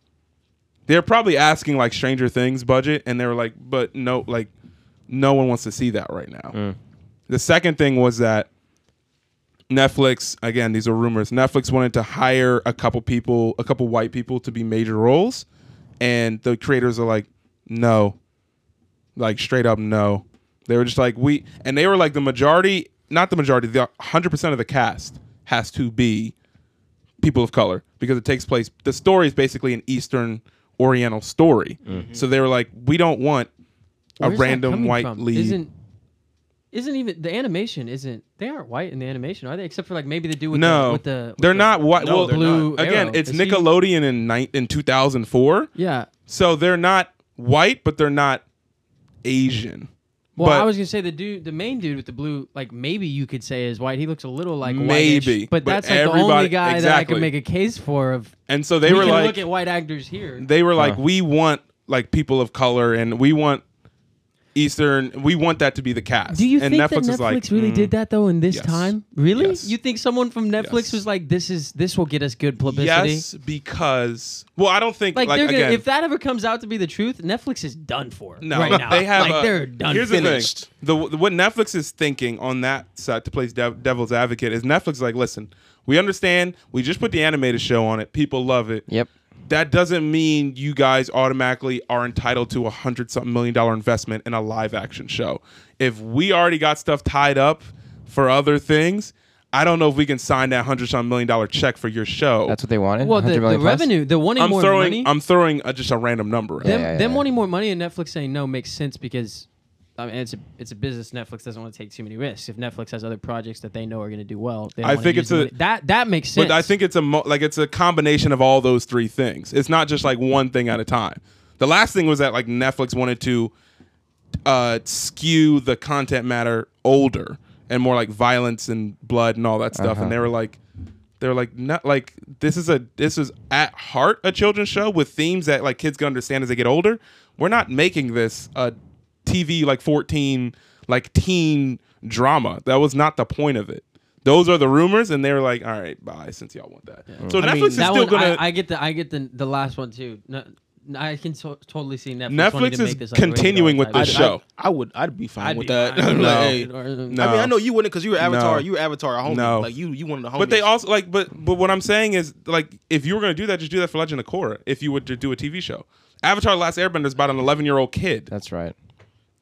[SPEAKER 2] They're probably asking like Stranger Things budget, and they were like, but no, like no one wants to see that right now. The second thing was that Netflix, again, these are rumors. Netflix wanted to hire a couple people, a couple white people to be major roles. And the creators are like, no. Like, straight up, no. They were just like, we, and they were like, the majority, not the majority, the 100% of the cast has to be people of color because it takes place, the story is basically an Eastern Oriental story. So they were like, we don't want a
[SPEAKER 5] Where's that
[SPEAKER 2] random
[SPEAKER 5] coming
[SPEAKER 2] white
[SPEAKER 5] from?
[SPEAKER 2] lead.
[SPEAKER 5] Isn't isn't even the animation isn't they aren't white in the animation are they except for like maybe the dude with
[SPEAKER 2] no,
[SPEAKER 5] the, with the with
[SPEAKER 2] they're
[SPEAKER 5] the-
[SPEAKER 2] not white.
[SPEAKER 3] No,
[SPEAKER 2] well,
[SPEAKER 3] they're
[SPEAKER 5] blue
[SPEAKER 2] again,
[SPEAKER 5] arrow.
[SPEAKER 2] it's
[SPEAKER 5] Is he-
[SPEAKER 2] Nickelodeon in ni- in 2004.
[SPEAKER 5] yeah
[SPEAKER 2] So they're not white, but they're not Asian.
[SPEAKER 5] well
[SPEAKER 2] But-
[SPEAKER 5] I was gonna say the dude the main dude with the blue like maybe you could say is white he looks a little like
[SPEAKER 2] Maybe,
[SPEAKER 5] whitish, but
[SPEAKER 2] but
[SPEAKER 5] that's like the
[SPEAKER 2] everybody-
[SPEAKER 5] only guy that I
[SPEAKER 2] exactly.
[SPEAKER 5] could make a case for of
[SPEAKER 2] And so they
[SPEAKER 5] we
[SPEAKER 2] were
[SPEAKER 5] can
[SPEAKER 2] like
[SPEAKER 5] look at white actors here
[SPEAKER 2] they were like
[SPEAKER 4] Huh.
[SPEAKER 2] we want like people of color and we want Eastern. We want that to be the cast.
[SPEAKER 5] do you
[SPEAKER 2] and
[SPEAKER 5] think
[SPEAKER 2] Netflix
[SPEAKER 5] that
[SPEAKER 2] is
[SPEAKER 5] Netflix
[SPEAKER 2] like mm,
[SPEAKER 5] really did that though in this
[SPEAKER 2] Yes.
[SPEAKER 5] time really
[SPEAKER 2] Yes.
[SPEAKER 5] you think someone from Netflix
[SPEAKER 2] Yes.
[SPEAKER 5] was like this is this will get us good publicity
[SPEAKER 2] yes because well I don't think
[SPEAKER 5] like,
[SPEAKER 2] like,
[SPEAKER 5] they're gonna,
[SPEAKER 2] again
[SPEAKER 5] if that ever comes out to be the truth, Netflix is done for.
[SPEAKER 2] No,
[SPEAKER 5] right now.
[SPEAKER 2] they have.
[SPEAKER 5] like
[SPEAKER 2] a-
[SPEAKER 5] they're done.
[SPEAKER 2] Here's
[SPEAKER 3] Finished.
[SPEAKER 2] the thing: the, the what Netflix is thinking on that side to play dev, devil's advocate is Netflix is like, listen, we understand. We just put the animated show on it. People love it.
[SPEAKER 4] Yep.
[SPEAKER 2] That doesn't mean you guys automatically are entitled to a hundred something million dollar investment in a live action show. If we already got stuff tied up for other things, I don't know if we can sign that hundred something million dollar check for your show.
[SPEAKER 4] That's what they wanted.
[SPEAKER 5] well, the,
[SPEAKER 4] 100
[SPEAKER 5] the
[SPEAKER 4] million plus?
[SPEAKER 5] revenue, the wanting
[SPEAKER 2] I'm
[SPEAKER 5] more
[SPEAKER 2] throwing.
[SPEAKER 5] money,
[SPEAKER 2] I'm throwing uh just a random number. out.
[SPEAKER 5] them,
[SPEAKER 4] yeah,
[SPEAKER 5] them
[SPEAKER 4] yeah.
[SPEAKER 5] wanting more money and Netflix saying no makes sense because I mean, it's a it's a business. Netflix doesn't want to take too many risks. If Netflix has other projects that they know are going to do well, they don't
[SPEAKER 2] I
[SPEAKER 5] wanna
[SPEAKER 2] think
[SPEAKER 5] use
[SPEAKER 2] it's
[SPEAKER 5] the
[SPEAKER 2] a-
[SPEAKER 5] money. that that makes sense.
[SPEAKER 2] But I think it's a mo- like it's a combination of all those three things. It's not just like one thing at a time. The last thing was that like Netflix wanted to uh, skew the content matter older and more like violence and blood and all that stuff.
[SPEAKER 5] Uh-huh.
[SPEAKER 2] And they were like, they were like, not like this is a this is at heart a children's show with themes that like kids can understand as they get older. We're not making this a TV like fourteen like teen drama. That was not the point of it. Those are the rumors, and they were like, all right, bye, since y'all want that. So Netflix
[SPEAKER 5] I mean,
[SPEAKER 2] is
[SPEAKER 5] that
[SPEAKER 2] still
[SPEAKER 5] one,
[SPEAKER 2] gonna.
[SPEAKER 5] I, I get the I get the the last one too. No, I can to- totally see Netflix. wanting
[SPEAKER 2] Netflix
[SPEAKER 5] to
[SPEAKER 2] is
[SPEAKER 5] make this like,
[SPEAKER 2] continuing
[SPEAKER 5] rated
[SPEAKER 2] with
[SPEAKER 5] R
[SPEAKER 2] this
[SPEAKER 5] type
[SPEAKER 2] show.
[SPEAKER 3] I would. I'd be fine
[SPEAKER 5] I'd
[SPEAKER 3] with
[SPEAKER 5] be
[SPEAKER 3] that.
[SPEAKER 5] fine
[SPEAKER 3] Like,
[SPEAKER 5] with
[SPEAKER 2] No.
[SPEAKER 3] hey.
[SPEAKER 5] Or- or-
[SPEAKER 2] No.
[SPEAKER 3] I mean, I know you wouldn't because you were Avatar.
[SPEAKER 2] No.
[SPEAKER 3] You were Avatar a homie.
[SPEAKER 2] No.
[SPEAKER 3] Like you, you wanted a homie.
[SPEAKER 2] But they also like, but but what I'm saying is like, if you were gonna do that, just do that for Legend of Korra. If you would to do a TV show, Avatar: The Last Airbender is about an 11 year old kid.
[SPEAKER 4] That's right.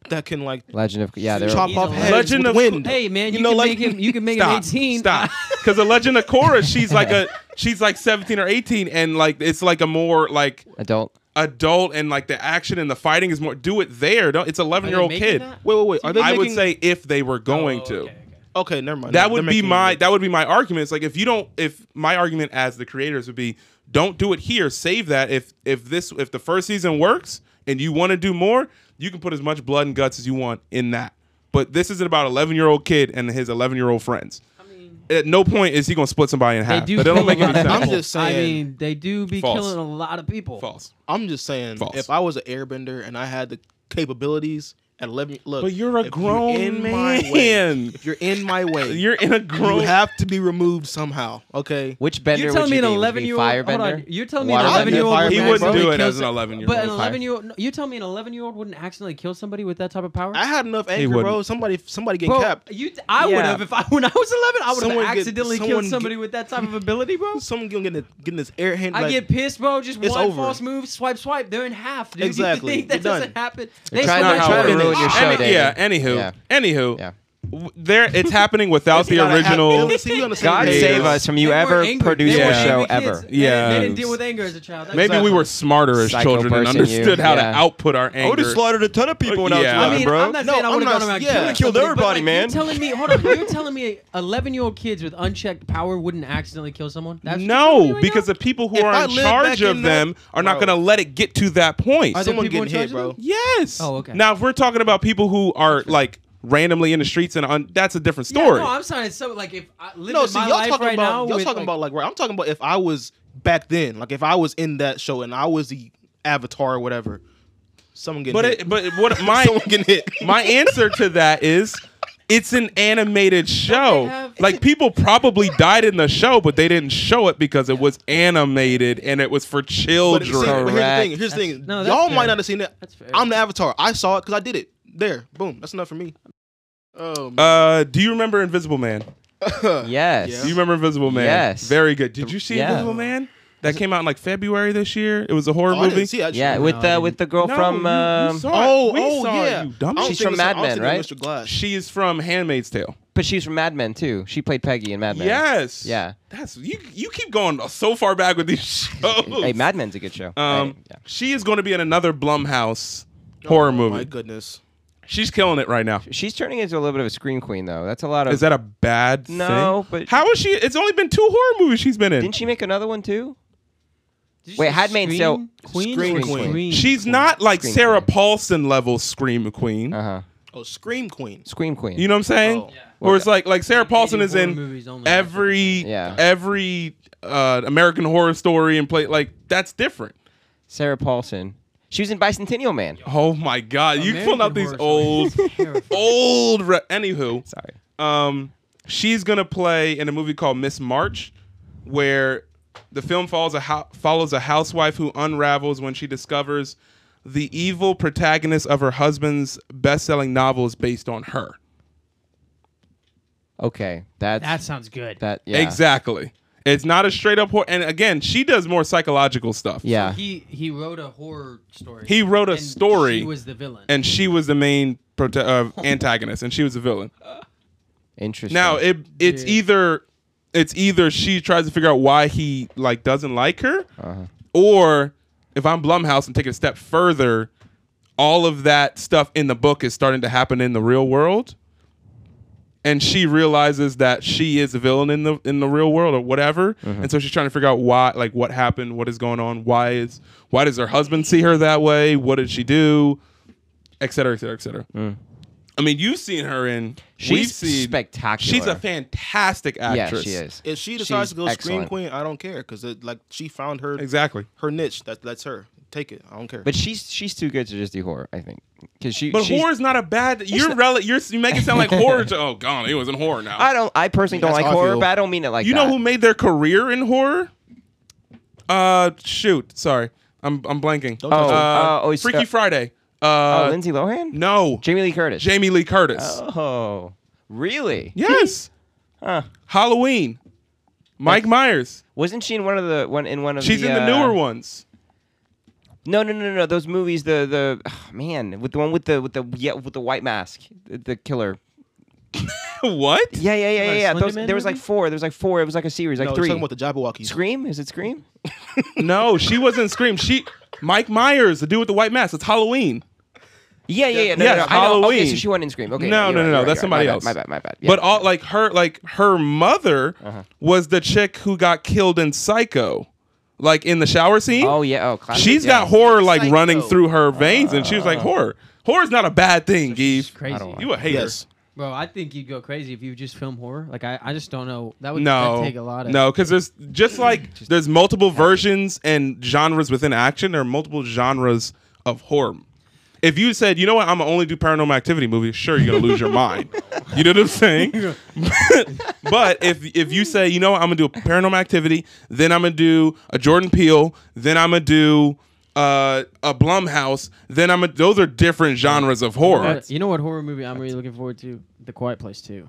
[SPEAKER 3] that can like
[SPEAKER 4] Legend of yeah, they're
[SPEAKER 3] chop
[SPEAKER 5] He's
[SPEAKER 3] off
[SPEAKER 5] a
[SPEAKER 3] heads
[SPEAKER 2] Legend
[SPEAKER 3] with
[SPEAKER 2] of-
[SPEAKER 3] wind.
[SPEAKER 5] Hey man, you,
[SPEAKER 2] know,
[SPEAKER 5] can
[SPEAKER 2] like-
[SPEAKER 5] make him. You can make
[SPEAKER 2] stop,
[SPEAKER 5] him eighteen.
[SPEAKER 2] Stop, because the Legend of Korra, she's like a she's like 17 or 18, and like it's like a more like
[SPEAKER 4] adult.
[SPEAKER 2] adult, and like the action and the fighting is more. Do it there. Don't. It's 11 year old kid.
[SPEAKER 3] Wait, wait, wait. Are they?
[SPEAKER 2] I would
[SPEAKER 3] making-
[SPEAKER 2] say if they were going to.
[SPEAKER 3] Oh, Okay, never mind.
[SPEAKER 2] That
[SPEAKER 3] They're
[SPEAKER 2] would be
[SPEAKER 3] making-
[SPEAKER 2] my that would be my argument. It's like if you don't if my argument as the creators would be don't do it here, save that if if this if the first season works and you want to do more, you can put as much blood and guts as you want in that. But this isn't about 11-year-old kid and his 11-year-old friends. At no point is he going to split somebody in half.
[SPEAKER 5] They do.
[SPEAKER 2] that don't
[SPEAKER 5] kill
[SPEAKER 2] make
[SPEAKER 5] a
[SPEAKER 2] any
[SPEAKER 5] lot of
[SPEAKER 2] sense.
[SPEAKER 3] I'm
[SPEAKER 5] people.
[SPEAKER 3] just saying-
[SPEAKER 5] I mean, they do be
[SPEAKER 2] False.
[SPEAKER 5] killing a lot of people.
[SPEAKER 2] false.
[SPEAKER 3] I'm just saying,
[SPEAKER 2] False.
[SPEAKER 3] if I was an airbender and I had the capabilities at 11, look.
[SPEAKER 2] But you're a
[SPEAKER 3] if
[SPEAKER 2] grown
[SPEAKER 3] my way-
[SPEAKER 2] man.
[SPEAKER 3] if you're in my way,
[SPEAKER 2] You're in a
[SPEAKER 3] you
[SPEAKER 2] grown
[SPEAKER 3] have to be removed somehow. Okay.
[SPEAKER 4] Which bender
[SPEAKER 5] You're
[SPEAKER 4] would
[SPEAKER 5] telling me
[SPEAKER 4] you
[SPEAKER 5] an
[SPEAKER 4] be? Would you be
[SPEAKER 5] 11-year-old Hold on.
[SPEAKER 4] Firebender.
[SPEAKER 5] You're telling me an
[SPEAKER 4] Water-
[SPEAKER 5] 11-year-old
[SPEAKER 3] He
[SPEAKER 5] would
[SPEAKER 3] wouldn't
[SPEAKER 5] accidentally
[SPEAKER 2] do it
[SPEAKER 5] kill
[SPEAKER 2] as an
[SPEAKER 5] some-
[SPEAKER 2] 11-year-old.
[SPEAKER 5] But an
[SPEAKER 4] Fire.
[SPEAKER 5] 11-year-old no, You tell me an 11-year-old wouldn't accidentally kill somebody with that type of power?
[SPEAKER 3] I had enough anger,
[SPEAKER 2] wouldn't.
[SPEAKER 3] bro. Somebody, somebody getting
[SPEAKER 5] Bro,
[SPEAKER 3] capped.
[SPEAKER 5] you I
[SPEAKER 4] Yeah.
[SPEAKER 5] would have if I when I was 11, I would
[SPEAKER 3] Someone
[SPEAKER 5] have
[SPEAKER 3] get-
[SPEAKER 5] accidentally
[SPEAKER 3] someone
[SPEAKER 5] killed
[SPEAKER 3] get-
[SPEAKER 5] somebody with that type of ability, bro.
[SPEAKER 3] Someone getting getting, getting this air hand.
[SPEAKER 5] I
[SPEAKER 3] like,
[SPEAKER 5] get pissed, bro. Just
[SPEAKER 3] It's
[SPEAKER 5] one
[SPEAKER 3] over.
[SPEAKER 5] false move, swipe, swipe. They're in half, dude.
[SPEAKER 3] Exactly.
[SPEAKER 5] You think
[SPEAKER 3] You're
[SPEAKER 5] that
[SPEAKER 3] done.
[SPEAKER 5] doesn't happen?
[SPEAKER 4] You're
[SPEAKER 5] They
[SPEAKER 4] trying
[SPEAKER 5] still
[SPEAKER 4] not
[SPEAKER 5] got
[SPEAKER 4] to
[SPEAKER 5] you.
[SPEAKER 4] ruin your show,
[SPEAKER 2] Any-
[SPEAKER 4] David.
[SPEAKER 2] yeah, anywho.
[SPEAKER 4] Yeah.
[SPEAKER 2] Anywho.
[SPEAKER 4] Yeah.
[SPEAKER 2] W- There it's happening without the
[SPEAKER 3] Gotta have-
[SPEAKER 2] original
[SPEAKER 3] See, we on the same
[SPEAKER 4] God
[SPEAKER 3] page.
[SPEAKER 4] save us from you
[SPEAKER 5] They weren't
[SPEAKER 4] ever
[SPEAKER 5] angry.
[SPEAKER 4] producing
[SPEAKER 5] They
[SPEAKER 4] a
[SPEAKER 5] weren't
[SPEAKER 2] Yeah.
[SPEAKER 4] show
[SPEAKER 5] angry kids.
[SPEAKER 4] ever.
[SPEAKER 5] They didn't-
[SPEAKER 2] Yeah.
[SPEAKER 5] They didn't deal with anger as a child. That's
[SPEAKER 2] Maybe
[SPEAKER 5] all.
[SPEAKER 2] we were smarter as
[SPEAKER 4] Psycho
[SPEAKER 2] children and
[SPEAKER 4] person, you.
[SPEAKER 2] understood how to
[SPEAKER 4] Yeah.
[SPEAKER 2] output our anger.
[SPEAKER 4] a ton of people
[SPEAKER 2] when I was Yeah.
[SPEAKER 5] I
[SPEAKER 2] Uh,
[SPEAKER 5] mean,
[SPEAKER 4] bro.
[SPEAKER 5] I'm not
[SPEAKER 3] No,
[SPEAKER 5] saying I
[SPEAKER 3] I'm
[SPEAKER 5] would
[SPEAKER 3] not-
[SPEAKER 5] have gone around
[SPEAKER 3] yeah.
[SPEAKER 5] killing
[SPEAKER 4] Killed
[SPEAKER 5] somebody,
[SPEAKER 4] everybody,
[SPEAKER 5] but, like,
[SPEAKER 4] man.
[SPEAKER 5] You're telling me, hold on, you're telling me 11 year old kids with unchecked power wouldn't accidentally kill someone? That's what you're telling me
[SPEAKER 2] no,
[SPEAKER 5] right
[SPEAKER 2] because
[SPEAKER 5] now?
[SPEAKER 2] the people who
[SPEAKER 3] If I
[SPEAKER 2] are in
[SPEAKER 3] lived
[SPEAKER 2] charge
[SPEAKER 3] back
[SPEAKER 2] of
[SPEAKER 3] in
[SPEAKER 2] them
[SPEAKER 3] that-
[SPEAKER 2] are not
[SPEAKER 3] Bro.
[SPEAKER 2] going to let it get to that point.
[SPEAKER 3] Are
[SPEAKER 5] there
[SPEAKER 3] someone
[SPEAKER 5] people
[SPEAKER 3] getting
[SPEAKER 5] in
[SPEAKER 3] hit,
[SPEAKER 5] charge
[SPEAKER 3] bro?
[SPEAKER 5] of
[SPEAKER 2] yes.
[SPEAKER 5] Oh, okay.
[SPEAKER 2] Now, if we're talking about people who are like randomly in the streets and un- that's a different
[SPEAKER 5] Yeah,
[SPEAKER 2] story.
[SPEAKER 5] no, I'm sorry. So, like, if I live
[SPEAKER 3] No,
[SPEAKER 5] in
[SPEAKER 3] see,
[SPEAKER 5] my
[SPEAKER 3] y'all
[SPEAKER 5] life
[SPEAKER 3] talking
[SPEAKER 5] right now,
[SPEAKER 3] about y'all
[SPEAKER 5] with,
[SPEAKER 3] talking
[SPEAKER 5] like,
[SPEAKER 3] about like where I'm talking about if I was back then, like if I was in that show and I was the avatar or whatever, someone getting
[SPEAKER 2] but
[SPEAKER 3] hit.
[SPEAKER 2] it, but what my
[SPEAKER 3] someone getting hit.
[SPEAKER 2] my answer to that is. It's an animated show.
[SPEAKER 5] have-
[SPEAKER 2] like people probably died in the show, but they didn't show it because it was animated and it was for
[SPEAKER 3] But see,
[SPEAKER 2] children.
[SPEAKER 3] but here's the
[SPEAKER 4] Correct.
[SPEAKER 3] thing. Here's the thing.
[SPEAKER 5] no, that's
[SPEAKER 3] Y'all might
[SPEAKER 5] fair.
[SPEAKER 3] not have seen that.
[SPEAKER 5] That's fair.
[SPEAKER 3] I'm the avatar. I saw it because I did it. There, boom. That's enough for me. Oh, man.
[SPEAKER 2] Uh, do you remember Invisible Man?
[SPEAKER 4] Yes.
[SPEAKER 3] Yeah.
[SPEAKER 2] Do you remember Invisible Man?
[SPEAKER 4] Yes.
[SPEAKER 2] Very good. Did you see
[SPEAKER 4] Yeah.
[SPEAKER 2] Invisible Man? That came out in like February this year. It was a horror
[SPEAKER 3] Oh, I
[SPEAKER 2] movie.
[SPEAKER 3] didn't see it. I just-
[SPEAKER 4] Yeah, with
[SPEAKER 5] No, I
[SPEAKER 4] uh, with the girl
[SPEAKER 2] No, you-
[SPEAKER 4] from
[SPEAKER 2] you
[SPEAKER 4] um,
[SPEAKER 2] saw it.
[SPEAKER 3] Oh,
[SPEAKER 2] We
[SPEAKER 3] oh,
[SPEAKER 2] saw it,
[SPEAKER 3] yeah.
[SPEAKER 2] you dumb
[SPEAKER 3] I was
[SPEAKER 4] She's
[SPEAKER 3] thinking
[SPEAKER 4] from
[SPEAKER 3] of some- I was
[SPEAKER 4] Mad Men,
[SPEAKER 3] thinking of Mr.
[SPEAKER 4] right?
[SPEAKER 3] Glass.
[SPEAKER 2] She is from Handmaid's Tale.
[SPEAKER 4] but she's from Mad Men too. She played Peggy in Mad Men.
[SPEAKER 2] Yes.
[SPEAKER 4] Yeah.
[SPEAKER 2] That's you. You keep going so far back with these shows.
[SPEAKER 4] Hey, Mad Men's a good show.
[SPEAKER 2] um,
[SPEAKER 4] I- yeah.
[SPEAKER 2] she is going to be in another Blumhouse horror
[SPEAKER 3] Oh my
[SPEAKER 2] movie.
[SPEAKER 3] goodness.
[SPEAKER 2] She's killing it right now.
[SPEAKER 4] She's turning into a little bit of a scream queen though. That's a lot of.
[SPEAKER 2] Is that a bad thing?
[SPEAKER 4] No, but-
[SPEAKER 2] how is she? It's only been two horror movies she's been in.
[SPEAKER 4] didn't she make another one too?
[SPEAKER 5] Did you
[SPEAKER 4] Wait,
[SPEAKER 5] say
[SPEAKER 4] Hadmaid's
[SPEAKER 5] Scream
[SPEAKER 4] so-
[SPEAKER 5] Queen,
[SPEAKER 3] Scream
[SPEAKER 5] or
[SPEAKER 3] Queen.
[SPEAKER 5] Scream
[SPEAKER 2] She's
[SPEAKER 5] Queen?
[SPEAKER 2] not like
[SPEAKER 4] Scream
[SPEAKER 2] Sarah
[SPEAKER 4] Queen.
[SPEAKER 2] Paulson level scream queen.
[SPEAKER 4] Uh huh.
[SPEAKER 3] Oh, Scream Queen.
[SPEAKER 4] Scream queen.
[SPEAKER 2] You know what I'm saying?
[SPEAKER 3] Oh. Yeah.
[SPEAKER 2] Or it's like like Sarah Paulson is
[SPEAKER 5] horror
[SPEAKER 2] in
[SPEAKER 5] movies only.
[SPEAKER 2] every
[SPEAKER 4] Yeah.
[SPEAKER 2] every uh, American Horror Story and play like that's different.
[SPEAKER 4] Sarah Paulson. She was in Bicentennial Man.
[SPEAKER 2] Oh my God, you
[SPEAKER 5] American
[SPEAKER 2] pulling out these
[SPEAKER 5] Horror
[SPEAKER 2] old
[SPEAKER 5] Story is terrifying.
[SPEAKER 2] old. Re- Anywho,
[SPEAKER 4] Sorry.
[SPEAKER 2] um, she's gonna play in a movie called Miss March, where the film follows a ho- follows a housewife who unravels when she discovers the evil protagonist of her husband's best-selling novel is based on her.
[SPEAKER 4] Okay. That's
[SPEAKER 5] That sounds good.
[SPEAKER 4] that. Yeah.
[SPEAKER 2] Exactly. It's not a straight up horror. And again, she does more psychological stuff.
[SPEAKER 4] Yeah.
[SPEAKER 5] He he wrote a horror story.
[SPEAKER 2] He wrote a
[SPEAKER 5] and
[SPEAKER 2] story
[SPEAKER 5] She was the villain.
[SPEAKER 2] And she was the main prote- uh, antagonist, and she was a villain.
[SPEAKER 4] Interesting.
[SPEAKER 2] Now it it's
[SPEAKER 5] Dude.
[SPEAKER 2] either it's either she tries to figure out why he like doesn't like her,
[SPEAKER 4] Uh-huh.
[SPEAKER 2] or if I'm Blumhouse and take it a step further, all of that stuff in the book is starting to happen in the real world, and she realizes that she is a villain in the in the real world or whatever,
[SPEAKER 4] Mm-hmm.
[SPEAKER 2] and so she's trying to figure out why like what happened, what is going on, why is why does her husband see her that way, what did she do, et cetera, et cetera, et cetera. I mean, you've seen her in.
[SPEAKER 4] Mm. She's
[SPEAKER 2] we've seen,
[SPEAKER 4] spectacular.
[SPEAKER 2] She's a fantastic
[SPEAKER 4] yeah,
[SPEAKER 2] actress.
[SPEAKER 4] she is.
[SPEAKER 3] If she decides
[SPEAKER 4] She's
[SPEAKER 3] to go Scream
[SPEAKER 4] excellent.
[SPEAKER 3] Queen, I don't care because like she found her
[SPEAKER 2] Exactly.
[SPEAKER 3] her niche. That that's her. Take it. I don't care.
[SPEAKER 4] But she's she's too good to just do horror. I think because she.
[SPEAKER 2] But
[SPEAKER 4] she's,
[SPEAKER 2] horror is not a bad. You're rel- You're you make it sound like horror. To, oh God, it was in horror now.
[SPEAKER 4] I don't. I personally don't
[SPEAKER 3] That's
[SPEAKER 4] like
[SPEAKER 3] how I
[SPEAKER 4] horror,
[SPEAKER 3] feel.
[SPEAKER 4] but I don't mean it like
[SPEAKER 2] you
[SPEAKER 4] that.
[SPEAKER 2] know who made their career in horror? Uh, shoot. Sorry, I'm I'm blanking.
[SPEAKER 3] Don't touch
[SPEAKER 2] uh,
[SPEAKER 4] it. Oh, oh, it's,
[SPEAKER 2] Freaky
[SPEAKER 4] uh,
[SPEAKER 2] Friday. Uh,
[SPEAKER 4] Oh, Lindsay Lohan?
[SPEAKER 2] No,
[SPEAKER 4] Jamie Lee Curtis.
[SPEAKER 2] Jamie Lee Curtis.
[SPEAKER 4] Oh, really?
[SPEAKER 2] Yes.
[SPEAKER 4] Huh.
[SPEAKER 2] Halloween. Mike Myers.
[SPEAKER 4] Wasn't she in one of the one in one of?
[SPEAKER 2] She's
[SPEAKER 4] the,
[SPEAKER 2] in the
[SPEAKER 4] uh,
[SPEAKER 2] newer ones.
[SPEAKER 4] No, no, no, no. Those movies, the the oh, man with the one with the with the yeah with the white mask, the, the killer.
[SPEAKER 2] what?
[SPEAKER 4] Yeah, yeah, yeah, yeah.
[SPEAKER 5] What,
[SPEAKER 4] yeah. Those,
[SPEAKER 5] Slenderman
[SPEAKER 4] there was like
[SPEAKER 5] movie?
[SPEAKER 4] four. There was like four. It was like a series, like
[SPEAKER 3] no,
[SPEAKER 4] three.
[SPEAKER 3] Oh, You're talking about the Jabberwocky.
[SPEAKER 4] Scream? Is it Scream?
[SPEAKER 2] No, she wasn't Scream. She Mike Myers, the dude with the white mask. It's Halloween.
[SPEAKER 4] Yeah, yeah, yeah. No,
[SPEAKER 2] Yeah,
[SPEAKER 4] no, no. I know. Okay, so
[SPEAKER 2] Halloween.
[SPEAKER 4] she went in Scream. Okay.
[SPEAKER 2] no,
[SPEAKER 4] you're
[SPEAKER 2] no, no, no.
[SPEAKER 4] right, you're right,
[SPEAKER 2] That's
[SPEAKER 4] you're right.
[SPEAKER 2] somebody else.
[SPEAKER 4] My bad, my bad. My bad. Yeah. Uh-huh.
[SPEAKER 2] But all like her, like her mother was the chick who got killed in Psycho, like in the shower scene.
[SPEAKER 4] oh yeah, oh classic.
[SPEAKER 2] She's
[SPEAKER 4] yeah.
[SPEAKER 2] got horror like
[SPEAKER 3] Psycho.
[SPEAKER 2] running through her veins, and she was like, "Horror, horror's not a bad thing, Geeve.
[SPEAKER 5] Crazy.
[SPEAKER 4] don't
[SPEAKER 2] You a hater?
[SPEAKER 3] Yes.
[SPEAKER 5] Bro, I think you'd go crazy if you just film horror. Like I, I just don't know. That would
[SPEAKER 2] No,
[SPEAKER 5] that'd take a lot of
[SPEAKER 2] no, because there's just like there's multiple versions and genres within action. There are multiple genres of horror. If you said, you know what, I'm gonna only do paranormal activity movies, sure you're gonna lose your mind. You know what I'm saying? but if if you say, you know what, I'm gonna do a paranormal activity, then I'm gonna do a Jordan Peele, then I'm gonna do uh, a Blumhouse, then I'm gonna, those are different genres of
[SPEAKER 5] You know
[SPEAKER 2] horror.
[SPEAKER 5] what- You know what horror movie I'm really looking forward to? The Quiet Place 2.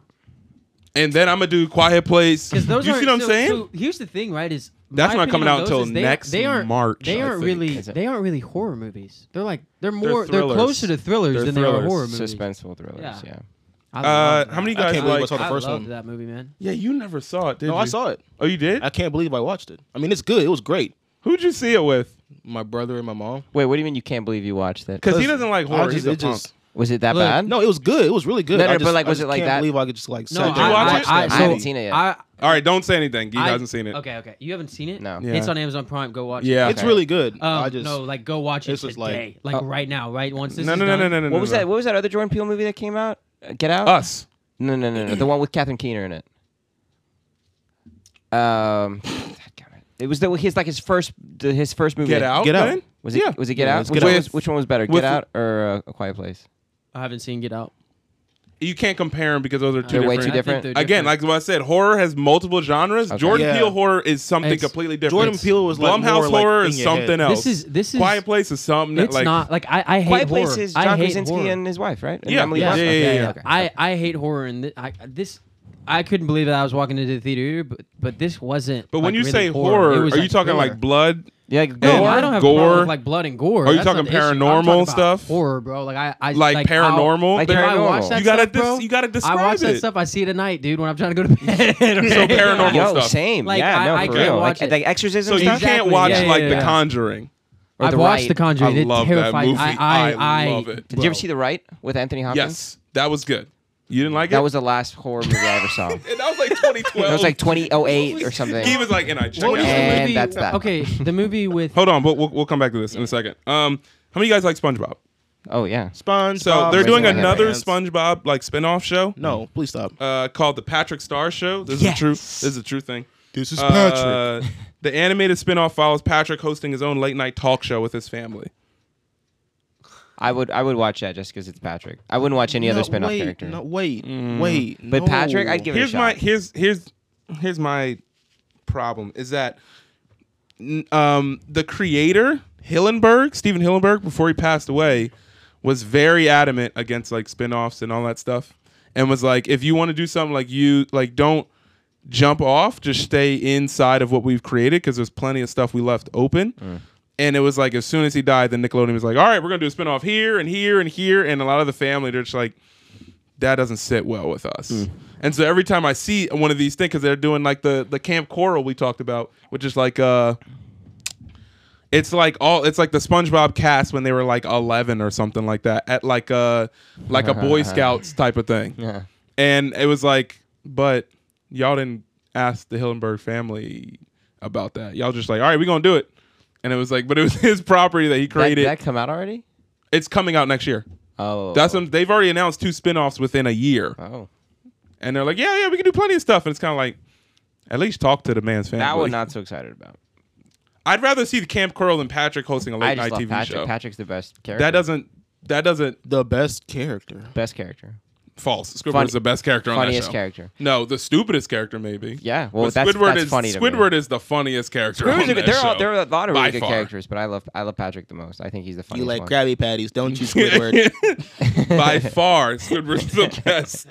[SPEAKER 2] And then I'm gonna do Quiet Place. You
[SPEAKER 5] Because
[SPEAKER 2] see
[SPEAKER 5] those are
[SPEAKER 2] what I'm
[SPEAKER 5] so,
[SPEAKER 2] saying?
[SPEAKER 5] So here's the thing, right? Is
[SPEAKER 2] That's
[SPEAKER 5] my
[SPEAKER 2] not coming
[SPEAKER 5] opinion on
[SPEAKER 2] out
[SPEAKER 5] those
[SPEAKER 2] until
[SPEAKER 5] is they-
[SPEAKER 2] next
[SPEAKER 5] they aren't,
[SPEAKER 2] March,
[SPEAKER 5] They
[SPEAKER 2] I
[SPEAKER 5] aren't
[SPEAKER 2] think.
[SPEAKER 5] really
[SPEAKER 4] Is it-
[SPEAKER 5] they aren't really horror movies. They're like they're more they're,
[SPEAKER 2] thrillers.
[SPEAKER 5] closer to thrillers
[SPEAKER 2] They're
[SPEAKER 5] than they are
[SPEAKER 2] thrillers.
[SPEAKER 5] horror movies.
[SPEAKER 4] suspenseful thrillers.
[SPEAKER 5] Yeah.
[SPEAKER 4] Yeah.
[SPEAKER 5] I
[SPEAKER 2] Uh,
[SPEAKER 5] love
[SPEAKER 2] how many
[SPEAKER 5] that.
[SPEAKER 2] guys
[SPEAKER 3] can't believe I
[SPEAKER 2] like?
[SPEAKER 3] saw the
[SPEAKER 5] I
[SPEAKER 3] first
[SPEAKER 5] loved
[SPEAKER 3] one.
[SPEAKER 5] that movie, man.
[SPEAKER 2] Yeah, you never saw it, did
[SPEAKER 3] No,
[SPEAKER 2] you?
[SPEAKER 3] I saw it.
[SPEAKER 2] Oh, you did?
[SPEAKER 3] I can't believe I watched it. I mean, it's good. It was great.
[SPEAKER 2] Who'd you see it with?
[SPEAKER 3] My brother and my mom.
[SPEAKER 4] Wait, what do you mean you can't believe you watched it?
[SPEAKER 2] Because he doesn't like
[SPEAKER 3] I
[SPEAKER 2] horror.
[SPEAKER 3] just-
[SPEAKER 2] He's a
[SPEAKER 3] it just-
[SPEAKER 4] Was it that
[SPEAKER 5] Look,
[SPEAKER 4] bad?
[SPEAKER 5] no,
[SPEAKER 3] No, it was good. It was really good.
[SPEAKER 4] No, no,
[SPEAKER 3] I
[SPEAKER 4] but,
[SPEAKER 3] just-
[SPEAKER 4] like,
[SPEAKER 3] I
[SPEAKER 4] was
[SPEAKER 3] just
[SPEAKER 4] it like
[SPEAKER 3] can't
[SPEAKER 4] that?
[SPEAKER 3] Believe I could just like.
[SPEAKER 5] No,
[SPEAKER 2] Did
[SPEAKER 3] sat
[SPEAKER 2] you
[SPEAKER 5] I,
[SPEAKER 3] down and
[SPEAKER 2] watch
[SPEAKER 5] I,
[SPEAKER 3] watched
[SPEAKER 5] I,
[SPEAKER 3] that
[SPEAKER 5] so
[SPEAKER 4] I haven't
[SPEAKER 3] movie.
[SPEAKER 4] seen it yet.
[SPEAKER 5] I,
[SPEAKER 2] punk. All right, don't say anything. He
[SPEAKER 5] I-
[SPEAKER 2] hasn't seen it.
[SPEAKER 5] Okay, okay. You haven't seen it?
[SPEAKER 4] No.
[SPEAKER 2] Yeah.
[SPEAKER 5] It's on Amazon Prime. Go watch
[SPEAKER 2] Yeah.
[SPEAKER 5] it.
[SPEAKER 3] It's really good.
[SPEAKER 5] Um,
[SPEAKER 3] I just
[SPEAKER 5] no, like go watch it
[SPEAKER 3] This was like-
[SPEAKER 5] today, like, right now, right? Once this
[SPEAKER 2] No,
[SPEAKER 5] is
[SPEAKER 2] no, no, no,
[SPEAKER 5] done.
[SPEAKER 2] no, no.
[SPEAKER 4] what was
[SPEAKER 2] no,
[SPEAKER 4] that?
[SPEAKER 2] no.
[SPEAKER 4] What was that other Jordan Peele movie that came out? Uh, Get Out.
[SPEAKER 2] Us.
[SPEAKER 4] No, no, no, no. the one with Catherine Keener in it. Um, goddammit. it was the, his like his first the, his first movie.
[SPEAKER 2] Get out.
[SPEAKER 3] Get Out.
[SPEAKER 2] man?
[SPEAKER 4] Was it?
[SPEAKER 2] Yeah.
[SPEAKER 4] Was it Get
[SPEAKER 3] Yeah,
[SPEAKER 4] Out?
[SPEAKER 3] it's
[SPEAKER 4] which,
[SPEAKER 3] Get
[SPEAKER 4] one
[SPEAKER 2] Out.
[SPEAKER 4] Was, which one was better,
[SPEAKER 2] With
[SPEAKER 4] Get
[SPEAKER 2] the-
[SPEAKER 4] Out or uh, A Quiet Place?
[SPEAKER 5] I haven't seen Get Out.
[SPEAKER 2] You can't compare them because those are two
[SPEAKER 4] They're way
[SPEAKER 2] different.
[SPEAKER 4] too
[SPEAKER 5] I think
[SPEAKER 4] different.
[SPEAKER 5] they're
[SPEAKER 2] Again, like what I said, horror has multiple genres. Jordan
[SPEAKER 3] Yeah.
[SPEAKER 2] Peele horror is something
[SPEAKER 5] It's-
[SPEAKER 2] completely different.
[SPEAKER 3] Jordan Peele was, like,
[SPEAKER 2] Blumhouse
[SPEAKER 3] more, like,
[SPEAKER 2] horror
[SPEAKER 3] in
[SPEAKER 2] is
[SPEAKER 3] your head.
[SPEAKER 2] something else.
[SPEAKER 5] This is this is
[SPEAKER 2] Quiet Place is something that
[SPEAKER 5] It's
[SPEAKER 2] like
[SPEAKER 5] not like I, I hate
[SPEAKER 4] Quiet
[SPEAKER 5] horror.
[SPEAKER 4] Place is
[SPEAKER 5] I
[SPEAKER 4] John
[SPEAKER 5] hate
[SPEAKER 4] Krasinski
[SPEAKER 5] horror.
[SPEAKER 4] and his wife, right? And
[SPEAKER 2] Yeah,
[SPEAKER 4] Emily
[SPEAKER 2] yeah,
[SPEAKER 4] Blunt?
[SPEAKER 2] yeah,
[SPEAKER 4] Okay,
[SPEAKER 2] yeah,
[SPEAKER 4] okay,
[SPEAKER 2] yeah.
[SPEAKER 4] okay.
[SPEAKER 5] I, I hate horror and th- I, this I couldn't believe that I was walking into the theater, but, but this wasn't.
[SPEAKER 2] But when
[SPEAKER 5] like,
[SPEAKER 2] you
[SPEAKER 5] really
[SPEAKER 2] say
[SPEAKER 5] horror,
[SPEAKER 2] horror,
[SPEAKER 5] it
[SPEAKER 2] are
[SPEAKER 5] was
[SPEAKER 2] you talking
[SPEAKER 5] thriller.
[SPEAKER 2] like blood?
[SPEAKER 4] yeah, like,
[SPEAKER 5] No,
[SPEAKER 4] gore.
[SPEAKER 5] I don't have
[SPEAKER 2] gore?
[SPEAKER 5] a problem with, like blood and gore.
[SPEAKER 2] Are you
[SPEAKER 5] That's not
[SPEAKER 2] talking
[SPEAKER 5] the issue. I'm talking
[SPEAKER 2] paranormal
[SPEAKER 5] about
[SPEAKER 2] stuff?
[SPEAKER 5] Horror, bro. Like I, I
[SPEAKER 2] Like
[SPEAKER 5] I'll-
[SPEAKER 2] paranormal? Like
[SPEAKER 5] if I watch
[SPEAKER 4] paranormal.
[SPEAKER 5] that
[SPEAKER 2] You gotta
[SPEAKER 5] stuff,
[SPEAKER 2] dis-
[SPEAKER 5] bro,
[SPEAKER 2] you gotta
[SPEAKER 5] I watch
[SPEAKER 2] describe
[SPEAKER 5] that
[SPEAKER 2] it.
[SPEAKER 5] stuff. I see it at night, dude. When I'm trying to go to bed. so
[SPEAKER 2] paranormal
[SPEAKER 4] Yo,
[SPEAKER 2] stuff.
[SPEAKER 4] same.
[SPEAKER 5] Like,
[SPEAKER 4] yeah,
[SPEAKER 5] I-
[SPEAKER 4] no,
[SPEAKER 5] I
[SPEAKER 4] for
[SPEAKER 5] can't
[SPEAKER 4] real.
[SPEAKER 5] watch
[SPEAKER 4] like,
[SPEAKER 5] it.
[SPEAKER 4] like exorcism.
[SPEAKER 2] So
[SPEAKER 4] is-
[SPEAKER 2] you
[SPEAKER 5] Exactly,
[SPEAKER 2] can't watch
[SPEAKER 5] yeah, yeah,
[SPEAKER 2] like The
[SPEAKER 5] yeah.
[SPEAKER 2] Conjuring.
[SPEAKER 4] or
[SPEAKER 5] I've
[SPEAKER 4] The
[SPEAKER 5] watched
[SPEAKER 4] Right.
[SPEAKER 5] The Conjuring.
[SPEAKER 2] I
[SPEAKER 5] it
[SPEAKER 2] love that
[SPEAKER 5] terrified me.
[SPEAKER 2] movie.
[SPEAKER 5] I, I,
[SPEAKER 2] I
[SPEAKER 5] I
[SPEAKER 2] love it.
[SPEAKER 4] Did you ever see The Right with Anthony Hopkins?
[SPEAKER 2] Yes, that was good. You didn't like it?
[SPEAKER 4] That was the last horror movie I ever saw. That
[SPEAKER 2] And that was like 2012.
[SPEAKER 4] was like 2008 or something.
[SPEAKER 2] He was like, and I checked
[SPEAKER 5] What was the
[SPEAKER 2] out.
[SPEAKER 4] And
[SPEAKER 5] movie?
[SPEAKER 4] that's that.
[SPEAKER 5] Okay, the movie with
[SPEAKER 2] Hold on, but we'll, we'll come back to this in a second. Um, how many of you guys like SpongeBob?
[SPEAKER 4] Oh yeah.
[SPEAKER 3] SpongeBob.
[SPEAKER 2] So they're doing
[SPEAKER 4] raising my
[SPEAKER 2] another
[SPEAKER 3] hands.
[SPEAKER 2] SpongeBob like spin-off show
[SPEAKER 3] No, please stop.
[SPEAKER 2] uh, called the Patrick Star Show. This is a true. This is a true thing.
[SPEAKER 3] This is
[SPEAKER 2] Uh, the animated spin-off follows Patrick hosting his own late-night talk show with his family.
[SPEAKER 4] I would I would watch that just because it's Patrick. I wouldn't watch any other spin-off
[SPEAKER 3] wait,
[SPEAKER 4] character.
[SPEAKER 3] No, wait,
[SPEAKER 2] Mm.
[SPEAKER 3] wait.
[SPEAKER 4] But
[SPEAKER 3] no.
[SPEAKER 4] Patrick, I'd give it a
[SPEAKER 2] Here's
[SPEAKER 4] shot.
[SPEAKER 2] my here's here's here's my problem is that n- um, the creator Hillenberg, Steven Hillenberg, before he passed away, was very adamant against like spin-offs and all that stuff, and was like, if you want to do something like you like, don't jump off, just stay inside of what we've created because there's plenty of stuff we left open. And it was like as soon as he died, then Nickelodeon was like, all right, we're gonna do a spin-off here and here and here, and a lot of the family they're just like, that doesn't sit well with us. And so every time I see one of these things, because they're doing like the the Camp Coral we talked about, which is like uh, it's like all it's like the SpongeBob cast when they were like eleven or something like that at like a like a Boy Scouts type of thing.
[SPEAKER 4] Yeah.
[SPEAKER 2] And it was like, but y'all didn't ask the Hillenberg family about that. Y'all just like, all right, we're gonna do it. And it was like, but it was his property that he
[SPEAKER 4] That,
[SPEAKER 2] created.
[SPEAKER 4] that come out already?
[SPEAKER 2] it's coming out next year.
[SPEAKER 4] Oh.
[SPEAKER 2] That's what they've already announced two spin-offs within a year.
[SPEAKER 4] Oh.
[SPEAKER 2] And they're like, yeah, yeah, we can do plenty of stuff. And it's kind of like, at least talk to the man's family.
[SPEAKER 4] That one not so excited about.
[SPEAKER 2] I'd rather see the Camp Curl and Patrick hosting a
[SPEAKER 4] I
[SPEAKER 2] late
[SPEAKER 4] just
[SPEAKER 2] night
[SPEAKER 4] love
[SPEAKER 2] TV
[SPEAKER 4] Patrick.
[SPEAKER 2] show.
[SPEAKER 4] Patrick's the best character.
[SPEAKER 2] That doesn't. That doesn't.
[SPEAKER 3] the best character.
[SPEAKER 4] best character.
[SPEAKER 2] False. Squidward
[SPEAKER 4] Fun-
[SPEAKER 2] is the best character on that show.
[SPEAKER 4] funniest character.
[SPEAKER 2] No, the stupidest character maybe.
[SPEAKER 4] Yeah, well,
[SPEAKER 2] But
[SPEAKER 4] that's-
[SPEAKER 2] Squidward
[SPEAKER 4] that's
[SPEAKER 2] is
[SPEAKER 4] funny to me.
[SPEAKER 2] Squidward is the funniest character.
[SPEAKER 4] There
[SPEAKER 2] on that
[SPEAKER 4] are
[SPEAKER 2] show,
[SPEAKER 4] all- there are a lot of really
[SPEAKER 2] by
[SPEAKER 4] good
[SPEAKER 2] far.
[SPEAKER 4] characters, but I love I love Patrick the most. I think he's the funniest
[SPEAKER 3] You like
[SPEAKER 4] one.
[SPEAKER 3] Krabby Patties, don't you, Squidward?
[SPEAKER 2] by far, Squidward's the best.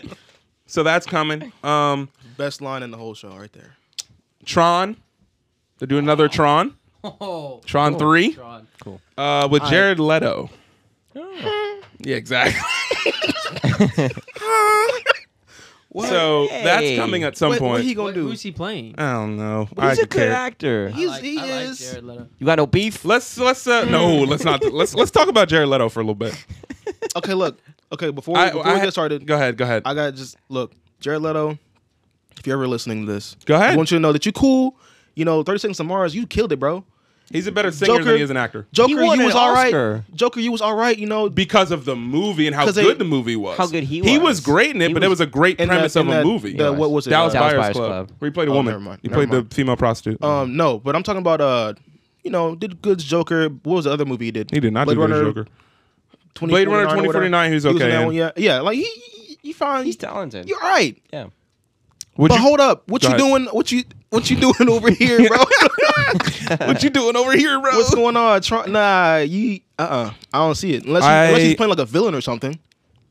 [SPEAKER 2] So that's coming. Um,
[SPEAKER 3] Best line in the whole show, right there.
[SPEAKER 2] Tron. They're doing another Tron.
[SPEAKER 5] Oh,
[SPEAKER 2] Tron
[SPEAKER 5] cool.
[SPEAKER 2] three?
[SPEAKER 5] Tron.
[SPEAKER 2] Uh, with Jared Leto.
[SPEAKER 4] Oh.
[SPEAKER 2] Yeah, exactly. So that's
[SPEAKER 4] Hey.
[SPEAKER 2] coming at some
[SPEAKER 3] What-
[SPEAKER 2] point.
[SPEAKER 3] what he gonna
[SPEAKER 5] What,
[SPEAKER 3] do?
[SPEAKER 5] who's he playing?
[SPEAKER 2] I don't know. I
[SPEAKER 4] He's a
[SPEAKER 2] could
[SPEAKER 4] good
[SPEAKER 2] care.
[SPEAKER 4] actor.
[SPEAKER 3] He's,
[SPEAKER 5] I like,
[SPEAKER 3] he
[SPEAKER 5] I like
[SPEAKER 3] is.
[SPEAKER 5] Jared Leto.
[SPEAKER 4] You got no beef?
[SPEAKER 2] Let's let's uh, no,
[SPEAKER 4] Hmm.
[SPEAKER 2] let's not. Let's let's talk about Jared Leto for a little bit.
[SPEAKER 3] okay, look. Okay, before,
[SPEAKER 2] I-
[SPEAKER 3] before
[SPEAKER 2] I
[SPEAKER 3] we
[SPEAKER 2] ha-
[SPEAKER 3] get started,
[SPEAKER 2] Go ahead. Go ahead.
[SPEAKER 3] I got to just look, Jared Leto. If you're ever listening to this,
[SPEAKER 2] Go ahead.
[SPEAKER 3] I want you to know that you cool. You know, Thirty Seconds to Mars, you killed it, bro.
[SPEAKER 2] He's a better singer
[SPEAKER 3] Joker-
[SPEAKER 2] than he is an actor
[SPEAKER 3] Joker,
[SPEAKER 4] He won
[SPEAKER 3] you was
[SPEAKER 4] an
[SPEAKER 3] all right.
[SPEAKER 4] Oscar.
[SPEAKER 3] Joker, you was all right. You know,
[SPEAKER 2] because of the movie and how
[SPEAKER 3] 'Cause they-
[SPEAKER 2] good the movie was.
[SPEAKER 4] How good he
[SPEAKER 2] He
[SPEAKER 4] was.
[SPEAKER 2] was great in it,
[SPEAKER 4] He
[SPEAKER 2] but
[SPEAKER 4] was-
[SPEAKER 2] it was a great
[SPEAKER 3] in
[SPEAKER 2] premise
[SPEAKER 3] that,
[SPEAKER 2] of
[SPEAKER 3] in
[SPEAKER 2] a
[SPEAKER 3] that,
[SPEAKER 2] movie.
[SPEAKER 3] the-
[SPEAKER 4] Yes.
[SPEAKER 3] what was it? Uh,
[SPEAKER 2] Dallas,
[SPEAKER 4] Dallas
[SPEAKER 2] Buyers,
[SPEAKER 4] Buyers
[SPEAKER 2] Club.
[SPEAKER 4] Club.
[SPEAKER 2] Where he played a
[SPEAKER 3] Oh,
[SPEAKER 2] woman.
[SPEAKER 3] never mind,
[SPEAKER 2] He
[SPEAKER 3] never
[SPEAKER 2] played
[SPEAKER 3] mind.
[SPEAKER 2] the female prostitute.
[SPEAKER 3] Um, no, but I'm talking about uh, you know, did good Joker. What was the other movie he did?
[SPEAKER 2] he did not
[SPEAKER 3] Blade
[SPEAKER 2] do Runner,
[SPEAKER 3] Runner
[SPEAKER 2] Joker.
[SPEAKER 3] 2049
[SPEAKER 2] Blade Runner
[SPEAKER 3] or whatever.
[SPEAKER 2] 2049, he's
[SPEAKER 3] He was in
[SPEAKER 2] okay
[SPEAKER 3] that
[SPEAKER 2] in.
[SPEAKER 3] one, yeah, yeah. Like he, he, he fine.
[SPEAKER 4] He's talented.
[SPEAKER 3] You're right.
[SPEAKER 4] Yeah.
[SPEAKER 2] Would
[SPEAKER 3] but
[SPEAKER 2] you,
[SPEAKER 3] hold up, what
[SPEAKER 2] Go
[SPEAKER 3] you
[SPEAKER 2] ahead.
[SPEAKER 3] doing? What you what you doing over here, bro?
[SPEAKER 2] what you doing over here, bro?
[SPEAKER 3] What's going on? Tron- nah, you. Uh, uh I don't see it. Unless, he,
[SPEAKER 2] I-
[SPEAKER 3] unless he's playing like a villain or something.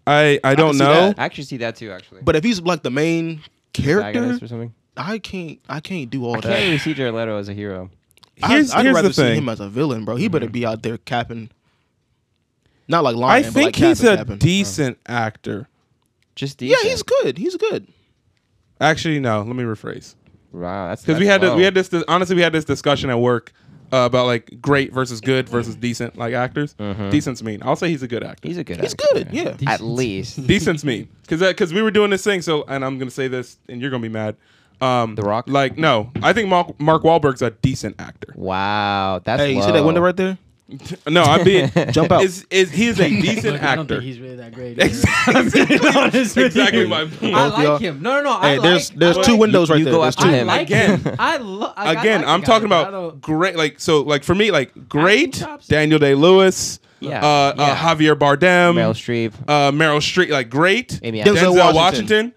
[SPEAKER 2] I I
[SPEAKER 3] can
[SPEAKER 2] don't
[SPEAKER 3] see
[SPEAKER 2] know.
[SPEAKER 3] that.
[SPEAKER 4] I actually see that too, actually.
[SPEAKER 3] But if he's like the main character,
[SPEAKER 4] Protagonist or something.
[SPEAKER 3] I can't. I can't do all
[SPEAKER 4] I can't
[SPEAKER 3] that.
[SPEAKER 4] really see Jared Leto as a hero.
[SPEAKER 2] Here's
[SPEAKER 3] I, would
[SPEAKER 2] here's
[SPEAKER 3] rather
[SPEAKER 2] the
[SPEAKER 3] see
[SPEAKER 2] thing. Mm-hmm.
[SPEAKER 3] him as a villain, bro. He better be out there capping. Not like
[SPEAKER 2] I
[SPEAKER 3] lying. but,
[SPEAKER 2] think
[SPEAKER 3] like, capping,
[SPEAKER 2] he's a
[SPEAKER 3] capping.
[SPEAKER 2] decent actor.
[SPEAKER 4] Just
[SPEAKER 3] Yeah,
[SPEAKER 4] decent.
[SPEAKER 3] he's good. He's good.
[SPEAKER 2] Actually, no. Let me rephrase.
[SPEAKER 4] wow. That's
[SPEAKER 2] because we
[SPEAKER 4] that's
[SPEAKER 2] had
[SPEAKER 4] low.
[SPEAKER 2] we had this honestly we had this discussion at work uh, about like great versus good versus decent like actors. Decent's mean. I'll say he's a good actor.
[SPEAKER 4] He's a good.
[SPEAKER 3] He's
[SPEAKER 4] actor,
[SPEAKER 3] good, yeah.
[SPEAKER 4] At least
[SPEAKER 2] Decent's mean because because we were doing this thing. So and I'm gonna say this and you're gonna be mad. Um,
[SPEAKER 4] The Rock?
[SPEAKER 2] Like no, I think Mark Mark Wahlberg's a decent actor.
[SPEAKER 4] Wow, that's
[SPEAKER 3] Hey,
[SPEAKER 4] low.
[SPEAKER 3] you see that window right there?
[SPEAKER 2] No, I mean
[SPEAKER 3] Jump out.
[SPEAKER 2] Is is he is a decent
[SPEAKER 5] Look, I don't
[SPEAKER 2] actor?
[SPEAKER 5] think he's really that great.
[SPEAKER 2] exactly, exactly my point.
[SPEAKER 5] I
[SPEAKER 3] Both y'all-
[SPEAKER 5] like him. No, no, no. I
[SPEAKER 3] Hey,
[SPEAKER 5] like,
[SPEAKER 3] there's there's
[SPEAKER 5] I
[SPEAKER 3] two
[SPEAKER 5] like,
[SPEAKER 3] windows right
[SPEAKER 4] you
[SPEAKER 3] there.
[SPEAKER 4] go
[SPEAKER 3] There's
[SPEAKER 4] after
[SPEAKER 2] two.
[SPEAKER 5] I
[SPEAKER 4] him.
[SPEAKER 5] like
[SPEAKER 2] Again.
[SPEAKER 5] him. I lo- I- I
[SPEAKER 2] Again,
[SPEAKER 5] like
[SPEAKER 2] I'm
[SPEAKER 5] the guy,
[SPEAKER 2] talking
[SPEAKER 5] but I don't-
[SPEAKER 2] about great. Like so, like for me, like great
[SPEAKER 5] Acting chops.
[SPEAKER 2] Daniel Day Lewis,
[SPEAKER 4] Yeah.
[SPEAKER 2] uh, Uh,
[SPEAKER 4] Yeah.
[SPEAKER 2] Javier Bardem,
[SPEAKER 4] Meryl Streep.
[SPEAKER 2] uh, Meryl Streep, like great.
[SPEAKER 4] Amy
[SPEAKER 2] Denzel
[SPEAKER 4] Adams.
[SPEAKER 3] Denzel
[SPEAKER 2] Washington.
[SPEAKER 3] Washington.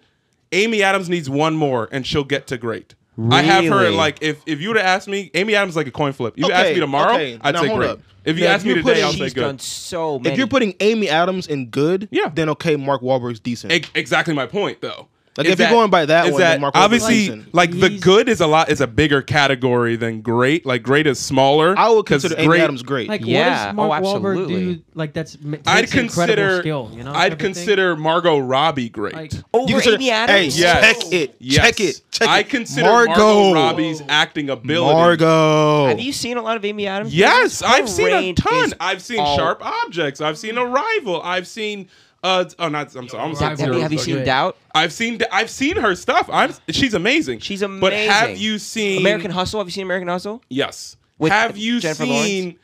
[SPEAKER 2] Amy Adams needs one more, and she'll get to great. I have her at
[SPEAKER 4] Really?
[SPEAKER 2] like if if you would have asked me, Amy Adams is like a coin flip. You ask
[SPEAKER 3] Okay,
[SPEAKER 2] me tomorrow,
[SPEAKER 3] okay.
[SPEAKER 2] I'd
[SPEAKER 3] Now,
[SPEAKER 2] say
[SPEAKER 3] hold
[SPEAKER 2] great.
[SPEAKER 3] up.
[SPEAKER 2] If you
[SPEAKER 3] Now,
[SPEAKER 2] ask
[SPEAKER 3] if
[SPEAKER 2] me
[SPEAKER 3] you
[SPEAKER 2] today,
[SPEAKER 3] put-
[SPEAKER 2] I'll
[SPEAKER 4] She's
[SPEAKER 2] say
[SPEAKER 4] done
[SPEAKER 2] good.
[SPEAKER 4] so many.
[SPEAKER 3] If you're putting Amy Adams in good,
[SPEAKER 2] Yeah.
[SPEAKER 3] then okay, Mark Wahlberg's decent.
[SPEAKER 2] E- exactly my point though.
[SPEAKER 3] Like,
[SPEAKER 2] Is
[SPEAKER 3] if you're going by that
[SPEAKER 2] is
[SPEAKER 3] one, then Mark Wahlberg's
[SPEAKER 2] obviously
[SPEAKER 3] decent.
[SPEAKER 2] like the
[SPEAKER 5] He's-
[SPEAKER 2] good is a lot is a bigger category than great. Like great is smaller.
[SPEAKER 3] I would
[SPEAKER 2] 'cause
[SPEAKER 3] consider Amy Adams great.
[SPEAKER 5] Like,
[SPEAKER 4] Yeah, oh,
[SPEAKER 5] what does Mark Wahlberg
[SPEAKER 4] absolutely.
[SPEAKER 5] do? Like, that's m- takes
[SPEAKER 2] I'd
[SPEAKER 5] incredible
[SPEAKER 2] consider
[SPEAKER 5] skill. You know,
[SPEAKER 2] I'd
[SPEAKER 5] everything.
[SPEAKER 2] consider Margot Robbie great.
[SPEAKER 5] Like,
[SPEAKER 4] over
[SPEAKER 3] You consider-
[SPEAKER 4] Amy Adams.
[SPEAKER 3] Hey,
[SPEAKER 2] Yes.
[SPEAKER 3] check it.
[SPEAKER 2] Yes.
[SPEAKER 3] Check it. Check
[SPEAKER 2] I
[SPEAKER 3] it.
[SPEAKER 2] consider Margot, Robbie's acting ability.
[SPEAKER 3] Margot.
[SPEAKER 4] Have you seen a lot of Amy Adams?
[SPEAKER 2] Yes,
[SPEAKER 4] Her
[SPEAKER 2] I've seen a
[SPEAKER 4] range
[SPEAKER 2] ton.
[SPEAKER 4] is
[SPEAKER 2] I've seen
[SPEAKER 4] all-
[SPEAKER 2] Sharp Objects. I've seen Arrival. I've seen. Uh, oh, not. I'm sorry. I'm sorry.
[SPEAKER 5] Arrival
[SPEAKER 4] Have you, have you
[SPEAKER 5] Good.
[SPEAKER 4] seen Doubt?
[SPEAKER 2] I've seen. I've seen her stuff. I'm. She's amazing.
[SPEAKER 4] She's
[SPEAKER 2] But have
[SPEAKER 4] amazing.
[SPEAKER 2] you seen
[SPEAKER 4] American Hustle. Have you seen American Hustle?
[SPEAKER 2] Yes.
[SPEAKER 4] With
[SPEAKER 2] have you
[SPEAKER 4] Jennifer
[SPEAKER 2] seen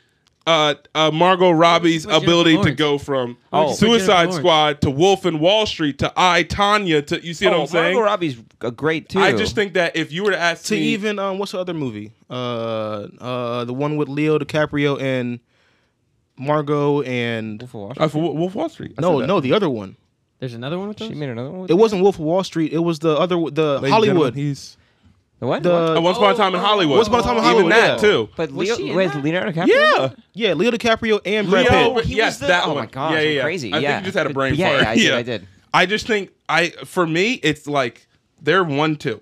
[SPEAKER 2] uh, uh, Margot Robbie's
[SPEAKER 5] With Jennifer
[SPEAKER 2] ability to
[SPEAKER 5] Lawrence.
[SPEAKER 2] go from
[SPEAKER 4] Oh. With
[SPEAKER 5] Jennifer
[SPEAKER 2] Suicide
[SPEAKER 5] Lawrence.
[SPEAKER 2] Squad to Wolf and Wall Street to I Tanya to you see what
[SPEAKER 4] oh,
[SPEAKER 2] I'm saying?
[SPEAKER 4] Margot Robbie's a great too.
[SPEAKER 2] I just think that if you were to ask
[SPEAKER 3] to
[SPEAKER 2] me,
[SPEAKER 3] even um, what's the other movie? Uh, uh, the one with Leo DiCaprio and Margot and
[SPEAKER 4] Wolf of Wall Street.
[SPEAKER 2] uh, for Wolf Wall Street, I
[SPEAKER 3] no,
[SPEAKER 2] said that.
[SPEAKER 3] no, the other one.
[SPEAKER 5] There's another one with those.
[SPEAKER 4] She made another one.
[SPEAKER 3] It wasn't Wolf of Wall Street. It was the other, the
[SPEAKER 2] Ladies and gentlemen,
[SPEAKER 3] Hollywood.
[SPEAKER 2] He's
[SPEAKER 4] The what?
[SPEAKER 2] Uh,
[SPEAKER 3] The
[SPEAKER 2] Once Upon a Time in
[SPEAKER 5] Oh,
[SPEAKER 2] Hollywood.
[SPEAKER 3] Once Upon a Time in
[SPEAKER 2] Even
[SPEAKER 3] Hollywood,
[SPEAKER 2] that
[SPEAKER 3] yeah.
[SPEAKER 2] too.
[SPEAKER 4] But
[SPEAKER 5] Was
[SPEAKER 4] Leo
[SPEAKER 5] she in
[SPEAKER 4] with
[SPEAKER 5] that?
[SPEAKER 4] Leonardo DiCaprio.
[SPEAKER 2] Yeah.
[SPEAKER 3] yeah, Leo DiCaprio and Brad
[SPEAKER 2] Oh. Leo,
[SPEAKER 3] Pitt.
[SPEAKER 4] he was
[SPEAKER 2] yes,
[SPEAKER 4] the-
[SPEAKER 2] that
[SPEAKER 4] oh my
[SPEAKER 2] one.
[SPEAKER 4] gosh,
[SPEAKER 2] yeah, yeah, yeah.
[SPEAKER 4] crazy,
[SPEAKER 2] I
[SPEAKER 4] yeah.
[SPEAKER 2] think you just had a brain
[SPEAKER 4] Yeah,
[SPEAKER 2] fart.
[SPEAKER 4] yeah, I did, I did.
[SPEAKER 2] I just think I, for me, it's like they're one two.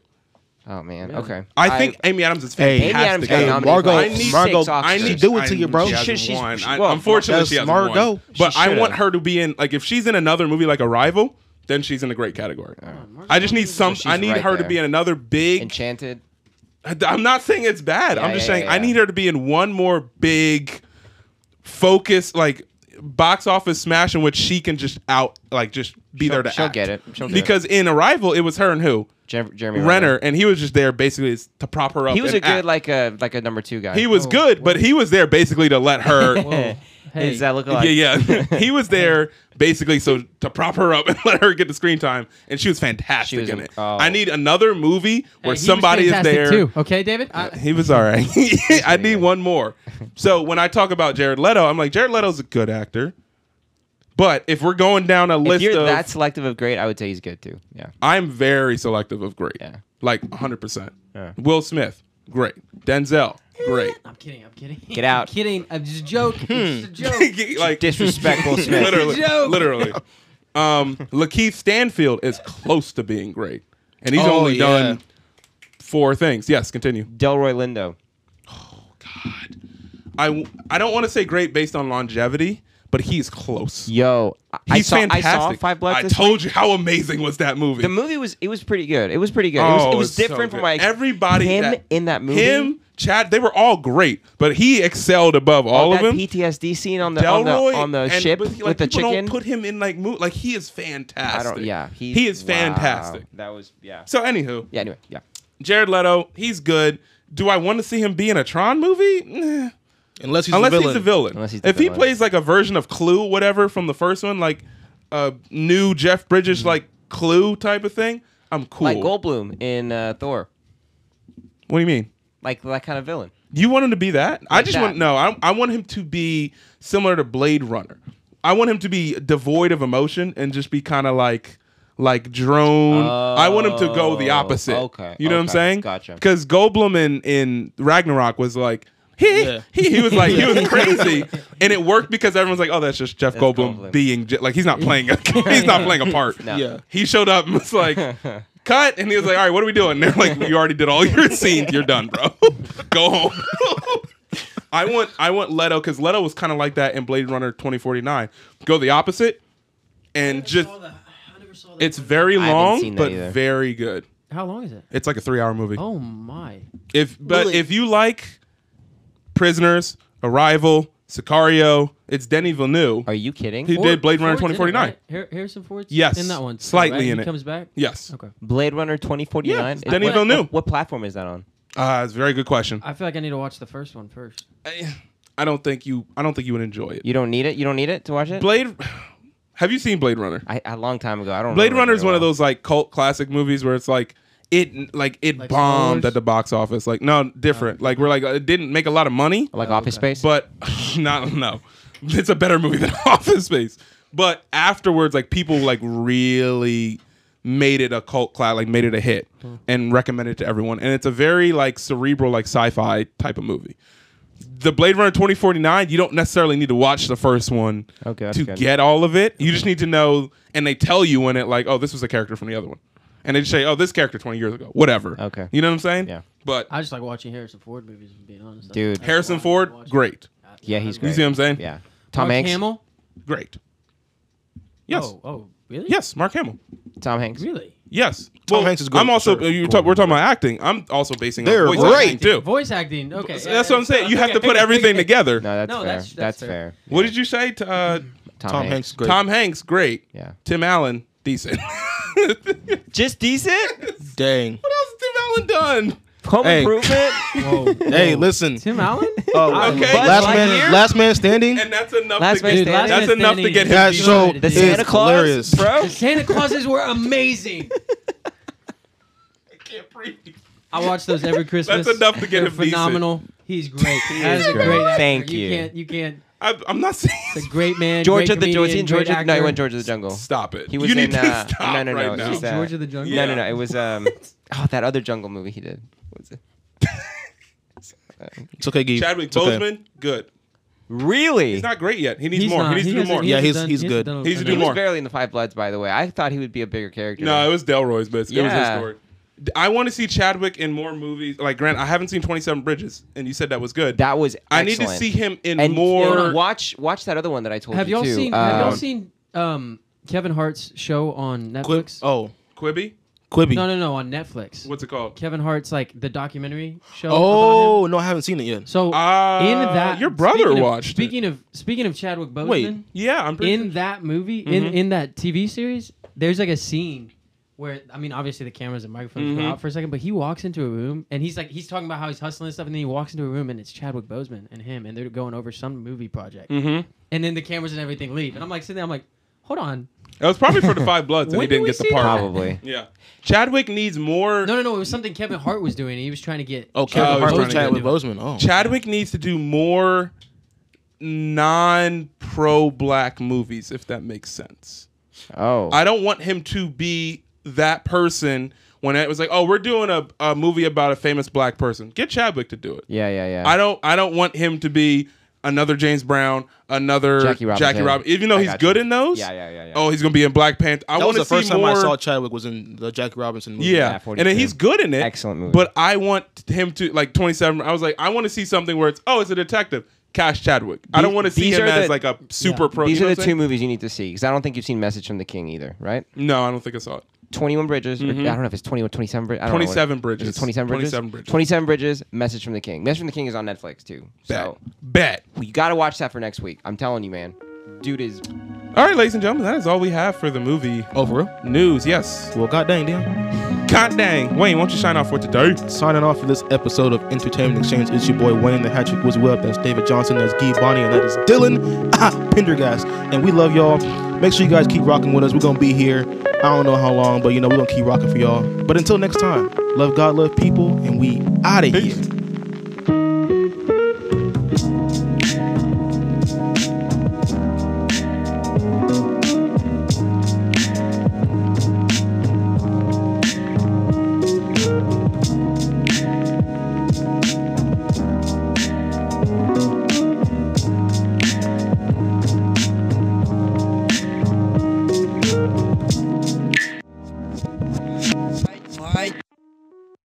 [SPEAKER 4] Oh man. Okay.
[SPEAKER 2] I think Amy Adams is
[SPEAKER 3] Amy
[SPEAKER 2] fantastic.
[SPEAKER 4] Amy Adams got
[SPEAKER 3] Hey,
[SPEAKER 4] nominated.
[SPEAKER 3] Margot-
[SPEAKER 4] for, like, six
[SPEAKER 3] Margot-
[SPEAKER 4] Oscars.
[SPEAKER 2] I
[SPEAKER 3] She
[SPEAKER 2] need
[SPEAKER 3] do it to you, bro.
[SPEAKER 2] She,
[SPEAKER 3] She-
[SPEAKER 2] hasn't
[SPEAKER 4] she's-
[SPEAKER 2] won.
[SPEAKER 4] she-
[SPEAKER 2] I,
[SPEAKER 4] well,
[SPEAKER 2] unfortunately,
[SPEAKER 3] that's
[SPEAKER 2] she hasn't
[SPEAKER 3] Margot.
[SPEAKER 2] won. But
[SPEAKER 4] She
[SPEAKER 2] I
[SPEAKER 4] should've.
[SPEAKER 2] want her to be in. Like, if she's in another movie, like Arrival, then she's in a great category. I just need some.
[SPEAKER 4] she's
[SPEAKER 2] I need
[SPEAKER 4] right
[SPEAKER 2] her to
[SPEAKER 4] there.
[SPEAKER 2] be in another big.
[SPEAKER 4] Enchanted.
[SPEAKER 2] I'm not saying it's bad. I'm
[SPEAKER 4] Yeah,
[SPEAKER 2] just
[SPEAKER 4] yeah,
[SPEAKER 2] saying
[SPEAKER 4] yeah,
[SPEAKER 2] I
[SPEAKER 4] yeah.
[SPEAKER 2] need her to be in one more big, focus like box office smash in which she can just out like just be there to
[SPEAKER 4] she'll
[SPEAKER 2] act.
[SPEAKER 4] get it. She'll get it.
[SPEAKER 2] because in Arrival, it was her and who.
[SPEAKER 4] Jer- Jeremy
[SPEAKER 2] Renner, and he was just there basically to prop her up.
[SPEAKER 4] He was
[SPEAKER 2] and
[SPEAKER 4] a good
[SPEAKER 2] act.
[SPEAKER 4] like oh, a like a number two guy.
[SPEAKER 2] He was
[SPEAKER 5] Whoa,
[SPEAKER 2] good, but he was there basically to let her.
[SPEAKER 5] Whoa. Hey,
[SPEAKER 4] Does that look
[SPEAKER 2] yeah,
[SPEAKER 4] like?
[SPEAKER 2] yeah. he was there basically so to prop her up and let her get the screen time, and she was fantastic
[SPEAKER 4] She was
[SPEAKER 2] in
[SPEAKER 4] am-
[SPEAKER 2] it.
[SPEAKER 4] oh.
[SPEAKER 2] I need another movie
[SPEAKER 5] Hey, he
[SPEAKER 2] where
[SPEAKER 5] was
[SPEAKER 2] somebody is
[SPEAKER 5] fantastic
[SPEAKER 2] there.
[SPEAKER 5] Too. Okay, David. I,
[SPEAKER 2] He was all right. I need one more. So when I talk about Jared Leto, I'm like Jared Leto's a good actor. But if we're going down a
[SPEAKER 4] If
[SPEAKER 2] list
[SPEAKER 4] you're
[SPEAKER 2] of,
[SPEAKER 4] that selective of great, I would say he's good too. Yeah.
[SPEAKER 2] I'm very selective of great.
[SPEAKER 4] Yeah.
[SPEAKER 2] Like 100. percent
[SPEAKER 4] Yeah.
[SPEAKER 2] Will Smith, great. Denzel, great.
[SPEAKER 5] I'm kidding. I'm kidding.
[SPEAKER 4] Get out.
[SPEAKER 5] I'm kidding. I'm just a joke.
[SPEAKER 2] Hmm.
[SPEAKER 5] it's just a joke.
[SPEAKER 2] like
[SPEAKER 4] Disrespectful Smith.
[SPEAKER 2] literally,
[SPEAKER 5] joke.
[SPEAKER 2] literally. Um, Lakeith Stanfield is close to being great, and he's
[SPEAKER 3] Oh,
[SPEAKER 2] only
[SPEAKER 3] yeah.
[SPEAKER 2] done four things. Yes, continue.
[SPEAKER 4] Delroy Lindo.
[SPEAKER 2] I I don't want to say great based on longevity, but he's close.
[SPEAKER 4] Yo, I- I
[SPEAKER 2] He's
[SPEAKER 4] saw
[SPEAKER 2] fantastic.
[SPEAKER 4] I saw Five Bloods.
[SPEAKER 2] I
[SPEAKER 4] this week.
[SPEAKER 2] told you how amazing was that movie.
[SPEAKER 4] the movie was it was pretty good. It was pretty good. It was,
[SPEAKER 2] Oh,
[SPEAKER 4] it was
[SPEAKER 2] it's so
[SPEAKER 4] different
[SPEAKER 2] good.
[SPEAKER 4] from like
[SPEAKER 2] everybody
[SPEAKER 4] him in that movie.
[SPEAKER 2] Him, Chad, they were all great, but he excelled above all
[SPEAKER 4] Oh, that
[SPEAKER 2] of them.
[SPEAKER 4] PTSD scene on the on the,
[SPEAKER 2] Delroy
[SPEAKER 4] on the
[SPEAKER 2] and-
[SPEAKER 4] ship
[SPEAKER 2] but he- like,
[SPEAKER 4] with the
[SPEAKER 2] people
[SPEAKER 4] chicken.
[SPEAKER 2] Don't put him in like mo- like he is fantastic.
[SPEAKER 4] I don't. Yeah, he's,
[SPEAKER 2] he is
[SPEAKER 4] wow.
[SPEAKER 2] fantastic.
[SPEAKER 4] That was yeah.
[SPEAKER 2] So anywho,
[SPEAKER 4] Yeah. Anyway, yeah.
[SPEAKER 2] Jared Leto, he's good. Do I want to see him be in a Tron movie? Nah.
[SPEAKER 3] Unless he's
[SPEAKER 2] Unless
[SPEAKER 3] a
[SPEAKER 2] he's
[SPEAKER 3] villain.
[SPEAKER 2] a villain.
[SPEAKER 4] Unless he's the
[SPEAKER 2] if he
[SPEAKER 4] villain.
[SPEAKER 2] plays like a version of Clue, whatever from the first one, like a new Jeff Bridges like Clue type of thing, I'm cool.
[SPEAKER 4] Mm-hmm. Like Goldblum in uh, Thor,
[SPEAKER 2] what do you mean?
[SPEAKER 4] like that kind of villain.
[SPEAKER 2] You want him to be that? I
[SPEAKER 4] Like
[SPEAKER 2] just
[SPEAKER 4] that.
[SPEAKER 2] want no. I, I want him to be similar to Blade Runner. I want him to be devoid of emotion and just be kind of like like drone. I want him to go the
[SPEAKER 4] Oh,
[SPEAKER 2] opposite.
[SPEAKER 4] okay,
[SPEAKER 2] you know what I'm
[SPEAKER 4] okay,
[SPEAKER 2] saying?
[SPEAKER 4] gotcha.
[SPEAKER 2] Because Goldblum in in Ragnarok was like. He,
[SPEAKER 3] Yeah.
[SPEAKER 2] he he was like he was crazy, and it worked because everyone's like, oh, that's just Jeff
[SPEAKER 4] That's
[SPEAKER 2] Goldblum,
[SPEAKER 4] Goldblum.
[SPEAKER 2] being Je- like he's not playing a he's not playing a part.
[SPEAKER 4] No.
[SPEAKER 3] Yeah.
[SPEAKER 2] He showed up and was like, cut. And he was like, all right, what are we doing? And they're like, you already did all your scenes. You're done, bro. Go home. I want I want Leto because Leto was kind of like that in Blade Runner 2049. Go the opposite and just it's very
[SPEAKER 4] haven't
[SPEAKER 2] long
[SPEAKER 4] seen that
[SPEAKER 2] but
[SPEAKER 4] either.
[SPEAKER 2] very good.
[SPEAKER 5] How long is it?
[SPEAKER 2] It's like a three hour movie.
[SPEAKER 5] Oh my!
[SPEAKER 2] If but
[SPEAKER 3] Really?
[SPEAKER 2] if you like Prisoners, Arrival, Sicario, it's Denny Villeneuve.
[SPEAKER 4] Are you kidding?
[SPEAKER 2] He did Blade Runner
[SPEAKER 5] Ford's in it,
[SPEAKER 2] 2049.
[SPEAKER 5] right? Har- Harrison Ford.
[SPEAKER 2] Yes,
[SPEAKER 5] in that one. too,
[SPEAKER 2] slightly
[SPEAKER 5] right?
[SPEAKER 2] in
[SPEAKER 5] he
[SPEAKER 2] it.
[SPEAKER 5] Comes back.
[SPEAKER 2] Yes.
[SPEAKER 5] Okay.
[SPEAKER 4] Blade Runner 2049.
[SPEAKER 2] Yeah, Denis
[SPEAKER 4] what,
[SPEAKER 2] Villeneuve.
[SPEAKER 4] What, what platform is that on?
[SPEAKER 2] Uh, it's a very good question.
[SPEAKER 5] I feel like I need to watch the first one first.
[SPEAKER 2] I, I don't think you I don't think you would enjoy it.
[SPEAKER 4] You don't need it. You don't need it to watch it.
[SPEAKER 2] Blade. Have you seen Blade Runner?
[SPEAKER 4] I, a long time ago. I don't.
[SPEAKER 2] Blade
[SPEAKER 4] remember
[SPEAKER 2] Runner is
[SPEAKER 4] very
[SPEAKER 2] one of
[SPEAKER 4] well.
[SPEAKER 2] those like cult classic movies where it's like it like it
[SPEAKER 5] Like Star
[SPEAKER 2] bombed
[SPEAKER 5] Wars?
[SPEAKER 2] at the box office. Like no, different. Like we're like it didn't make a lot of money,
[SPEAKER 4] like Office Space.
[SPEAKER 2] but not no. It's a better movie than Office Space. But afterwards, like people like really made it a cult class, like made it a hit
[SPEAKER 4] Hmm.
[SPEAKER 2] and recommended it to everyone. And it's a very like cerebral, like sci-fi type of movie. The Blade Runner 2049, you don't necessarily need to watch the first one
[SPEAKER 4] Okay, that's
[SPEAKER 2] to
[SPEAKER 4] good.
[SPEAKER 2] get all of it. You just need to know, and they tell you in it, like, oh, this was a character from the other one. And they just say, oh, this character 20 years ago, whatever.
[SPEAKER 4] Okay.
[SPEAKER 2] You know what I'm saying?
[SPEAKER 4] Yeah.
[SPEAKER 2] But
[SPEAKER 5] I just like watching Harrison Ford movies. If I'm being honest, That's-
[SPEAKER 4] Dude.
[SPEAKER 5] that's
[SPEAKER 2] Harrison
[SPEAKER 5] why I
[SPEAKER 2] Ford,
[SPEAKER 5] watch it.
[SPEAKER 2] great.
[SPEAKER 4] yeah, he's
[SPEAKER 2] You
[SPEAKER 4] great.
[SPEAKER 2] see what I'm saying?
[SPEAKER 4] Yeah. Tom
[SPEAKER 5] Mark
[SPEAKER 4] Hanks.
[SPEAKER 5] Hamill.
[SPEAKER 2] Great. Yes.
[SPEAKER 5] Oh, oh, really?
[SPEAKER 2] Yes, Mark Hamill.
[SPEAKER 4] Tom Hanks.
[SPEAKER 5] Really.
[SPEAKER 2] Yes.
[SPEAKER 3] Tom Hanks is good,
[SPEAKER 2] I'm also
[SPEAKER 3] sure.
[SPEAKER 2] you talk, we're talking about acting. I'm also basing
[SPEAKER 3] They're
[SPEAKER 2] on voice
[SPEAKER 3] great.
[SPEAKER 2] acting too.
[SPEAKER 5] Voice acting. Okay.
[SPEAKER 2] So that's what I'm saying. You have to put everything together.
[SPEAKER 4] No, that's
[SPEAKER 5] No,
[SPEAKER 4] fair.
[SPEAKER 5] that's-
[SPEAKER 4] That's,
[SPEAKER 5] that's
[SPEAKER 4] fair.
[SPEAKER 5] fair.
[SPEAKER 2] What did you say? To, uh,
[SPEAKER 4] Tom,
[SPEAKER 3] Tom
[SPEAKER 4] Hanks.
[SPEAKER 3] Hanks, great.
[SPEAKER 2] Tom Hanks, great.
[SPEAKER 4] Yeah.
[SPEAKER 2] Tim Allen, decent. what else
[SPEAKER 4] Just decent.
[SPEAKER 3] Dang.
[SPEAKER 2] has Tim Allen done?
[SPEAKER 4] Home
[SPEAKER 3] Hey.
[SPEAKER 4] Improvement.
[SPEAKER 5] Whoa.
[SPEAKER 3] Hey, listen.
[SPEAKER 5] Tim Allen. Uh,
[SPEAKER 3] Oh,
[SPEAKER 2] Okay.
[SPEAKER 3] okay. Last
[SPEAKER 4] Buzz
[SPEAKER 3] man,
[SPEAKER 4] Lightyear?
[SPEAKER 3] last man standing.
[SPEAKER 2] And that's enough.
[SPEAKER 4] Last
[SPEAKER 2] to
[SPEAKER 4] man
[SPEAKER 2] get,
[SPEAKER 4] standing. Last
[SPEAKER 2] that's
[SPEAKER 5] man
[SPEAKER 2] enough to
[SPEAKER 5] standing.
[SPEAKER 2] get him.
[SPEAKER 3] That
[SPEAKER 2] decent.
[SPEAKER 3] show
[SPEAKER 5] The
[SPEAKER 4] The
[SPEAKER 3] is
[SPEAKER 4] Santa Claus,
[SPEAKER 3] hilarious.
[SPEAKER 4] bro.
[SPEAKER 5] The Santa Clauses were amazing.
[SPEAKER 2] I can't breathe.
[SPEAKER 5] I watch those every Christmas.
[SPEAKER 2] enough to get
[SPEAKER 5] They're
[SPEAKER 2] him decent.
[SPEAKER 5] phenomenal. He's great. That
[SPEAKER 4] is
[SPEAKER 5] is a
[SPEAKER 4] great.
[SPEAKER 5] great. actor.
[SPEAKER 4] Thank you.
[SPEAKER 5] can't. You can't.
[SPEAKER 2] I, I'm not saying.
[SPEAKER 5] It's a great man.
[SPEAKER 4] George
[SPEAKER 5] great
[SPEAKER 4] of the
[SPEAKER 5] comedian,
[SPEAKER 4] George in
[SPEAKER 5] great
[SPEAKER 4] George of, no, he
[SPEAKER 5] actor.
[SPEAKER 4] went George of the Jungle.
[SPEAKER 2] Stop it.
[SPEAKER 4] He was
[SPEAKER 2] you need
[SPEAKER 4] in
[SPEAKER 2] to
[SPEAKER 4] uh,
[SPEAKER 2] stop
[SPEAKER 4] no no no.
[SPEAKER 2] right
[SPEAKER 4] it
[SPEAKER 2] now.
[SPEAKER 4] was,
[SPEAKER 5] George
[SPEAKER 4] uh,
[SPEAKER 5] of the Jungle?
[SPEAKER 4] No no no. It was um oh that other jungle movie he did. What was it?
[SPEAKER 3] It's okay, Gee.
[SPEAKER 2] Chadwick
[SPEAKER 3] It's okay.
[SPEAKER 2] Boseman, good.
[SPEAKER 4] Really?
[SPEAKER 2] He's not great yet. He needs more.
[SPEAKER 5] not-
[SPEAKER 2] he needs to do
[SPEAKER 5] hasn't-
[SPEAKER 2] more.
[SPEAKER 3] Yeah,
[SPEAKER 5] hasn't
[SPEAKER 3] he's- he's
[SPEAKER 5] he
[SPEAKER 3] good.
[SPEAKER 5] hasn't done
[SPEAKER 2] He needs to do
[SPEAKER 5] enough.
[SPEAKER 4] he was
[SPEAKER 2] more.
[SPEAKER 4] barely in the Five Bloods, by the way. I thought he would be a bigger character.
[SPEAKER 2] No, it was Delroy's, but it's- it was his
[SPEAKER 4] Yeah.
[SPEAKER 2] story. D- I want to see Chadwick in more movies. Like, Grant, I haven't seen 27 Bridges, and you said that was good.
[SPEAKER 4] that was.
[SPEAKER 2] I need to
[SPEAKER 4] excellent.
[SPEAKER 2] see him in
[SPEAKER 4] and
[SPEAKER 2] more.
[SPEAKER 4] and watch watch that other one that I told
[SPEAKER 5] Have
[SPEAKER 4] you
[SPEAKER 5] y'all
[SPEAKER 4] too.
[SPEAKER 5] seen? Have y'all
[SPEAKER 4] um,
[SPEAKER 5] seen um, Kevin Hart's show on
[SPEAKER 3] Quib-
[SPEAKER 5] Netflix?
[SPEAKER 3] oh,
[SPEAKER 2] Quibby?
[SPEAKER 3] Quibby.
[SPEAKER 5] No, no, no, on Netflix.
[SPEAKER 2] What's it called?
[SPEAKER 5] Kevin Hart's like the documentary show. about him.
[SPEAKER 3] Oh no, I haven't seen it yet.
[SPEAKER 5] so
[SPEAKER 2] Uh,
[SPEAKER 5] in that
[SPEAKER 2] your brother
[SPEAKER 5] speaking of-
[SPEAKER 2] watched it.
[SPEAKER 5] Speaking of speaking of Chadwick Boseman,
[SPEAKER 3] Wait,
[SPEAKER 2] Yeah, I'm pretty.
[SPEAKER 5] in that movie, in
[SPEAKER 2] Mm-hmm.
[SPEAKER 5] in that TV series, there's like a scene where I mean, obviously the cameras and microphones
[SPEAKER 2] Mm-hmm.
[SPEAKER 5] go out for a second, but he walks into a room and he's like he's talking about how he's hustling and stuff, and then he walks into a room and it's Chadwick Boseman and him, and they're going over some movie project,
[SPEAKER 2] Mhm.
[SPEAKER 5] and then the cameras and everything leave, and I'm like sitting there, I'm like, hold on,
[SPEAKER 2] That was probably for the Five Bloods, and he
[SPEAKER 5] When did
[SPEAKER 2] didn't
[SPEAKER 5] we
[SPEAKER 2] get the
[SPEAKER 5] see
[SPEAKER 2] part.
[SPEAKER 5] that?
[SPEAKER 4] probably.
[SPEAKER 2] Yeah. Chadwick needs more.
[SPEAKER 5] no, no, no, it was something Kevin Hart was doing, and he was trying to get
[SPEAKER 3] Oh,
[SPEAKER 5] Chadwick
[SPEAKER 2] Kevin Hart was
[SPEAKER 3] Kevin Hart
[SPEAKER 5] Boseman
[SPEAKER 3] with
[SPEAKER 2] trying to
[SPEAKER 5] to
[SPEAKER 3] Chadwick
[SPEAKER 5] do it.
[SPEAKER 3] Boseman. Oh,
[SPEAKER 2] Chadwick needs to do more non pro black movies, if that makes sense.
[SPEAKER 4] Oh,
[SPEAKER 2] I don't want him to be that person when it was like, oh, we're doing a, a movie about a famous black person. Get Chadwick to do it.
[SPEAKER 4] yeah, yeah, yeah.
[SPEAKER 2] I don't I don't want him to be another James Brown, another Jackie
[SPEAKER 4] Jackie Robinson.
[SPEAKER 2] Robinson. Even though
[SPEAKER 4] I
[SPEAKER 2] he's
[SPEAKER 4] got
[SPEAKER 2] good
[SPEAKER 4] you.
[SPEAKER 2] in those.
[SPEAKER 4] Yeah, yeah, yeah, yeah.
[SPEAKER 2] Oh, he's gonna be in Black Panther. I
[SPEAKER 3] That was
[SPEAKER 2] want
[SPEAKER 3] the
[SPEAKER 2] to see
[SPEAKER 3] first time
[SPEAKER 2] more.
[SPEAKER 3] I saw Chadwick was in the Jackie Robinson movie.
[SPEAKER 2] yeah,
[SPEAKER 4] Yeah, 42.
[SPEAKER 2] and then he's good in it.
[SPEAKER 4] Excellent movie.
[SPEAKER 2] But I want him to like 27. I was like, I want to see something where it's oh, it's a detective, Cash Chadwick. I
[SPEAKER 4] These-
[SPEAKER 2] don't want to see
[SPEAKER 4] these
[SPEAKER 2] him
[SPEAKER 4] are
[SPEAKER 2] as
[SPEAKER 4] the-
[SPEAKER 2] like a super pro.
[SPEAKER 4] These
[SPEAKER 2] you know
[SPEAKER 4] are
[SPEAKER 2] what
[SPEAKER 4] the
[SPEAKER 2] I'm
[SPEAKER 4] two
[SPEAKER 2] saying?
[SPEAKER 4] movies you need to see because I don't think you've seen Message from the King either, right?
[SPEAKER 2] No, I don't think I saw it.
[SPEAKER 4] 21 Bridges. or- I don't know if it's 21, 27 Bridges.
[SPEAKER 2] 27 Mm-hmm. Bridges.
[SPEAKER 4] 27 Bridges.
[SPEAKER 2] 27 Bridges.
[SPEAKER 4] 27 Bridges, Message from the King. Message from the King is on Netflix too.
[SPEAKER 2] Bet.
[SPEAKER 4] So
[SPEAKER 2] Bet.
[SPEAKER 4] you got to watch that for next week. I'm telling you, man. Dude is.
[SPEAKER 2] All right, ladies and gentlemen, that is all we have for the movie
[SPEAKER 3] Oh, for real?
[SPEAKER 2] news. Yes.
[SPEAKER 3] Well, god dang, damn.
[SPEAKER 2] God dang. Wayne, why don't you sign off for today?
[SPEAKER 3] Signing off for this episode of Entertainment Exchange. It's your boy Wayne the Hatchet was Web. That's David Johnson. That's Gee Bonnie. And that is Dylan ah, Pendergast. And we love y'all. Make sure you guys keep rocking with us. We're going to be here. I don't know how long, but you know, we're going to keep rocking for y'all. But until next time, love God, love people, and we out of here.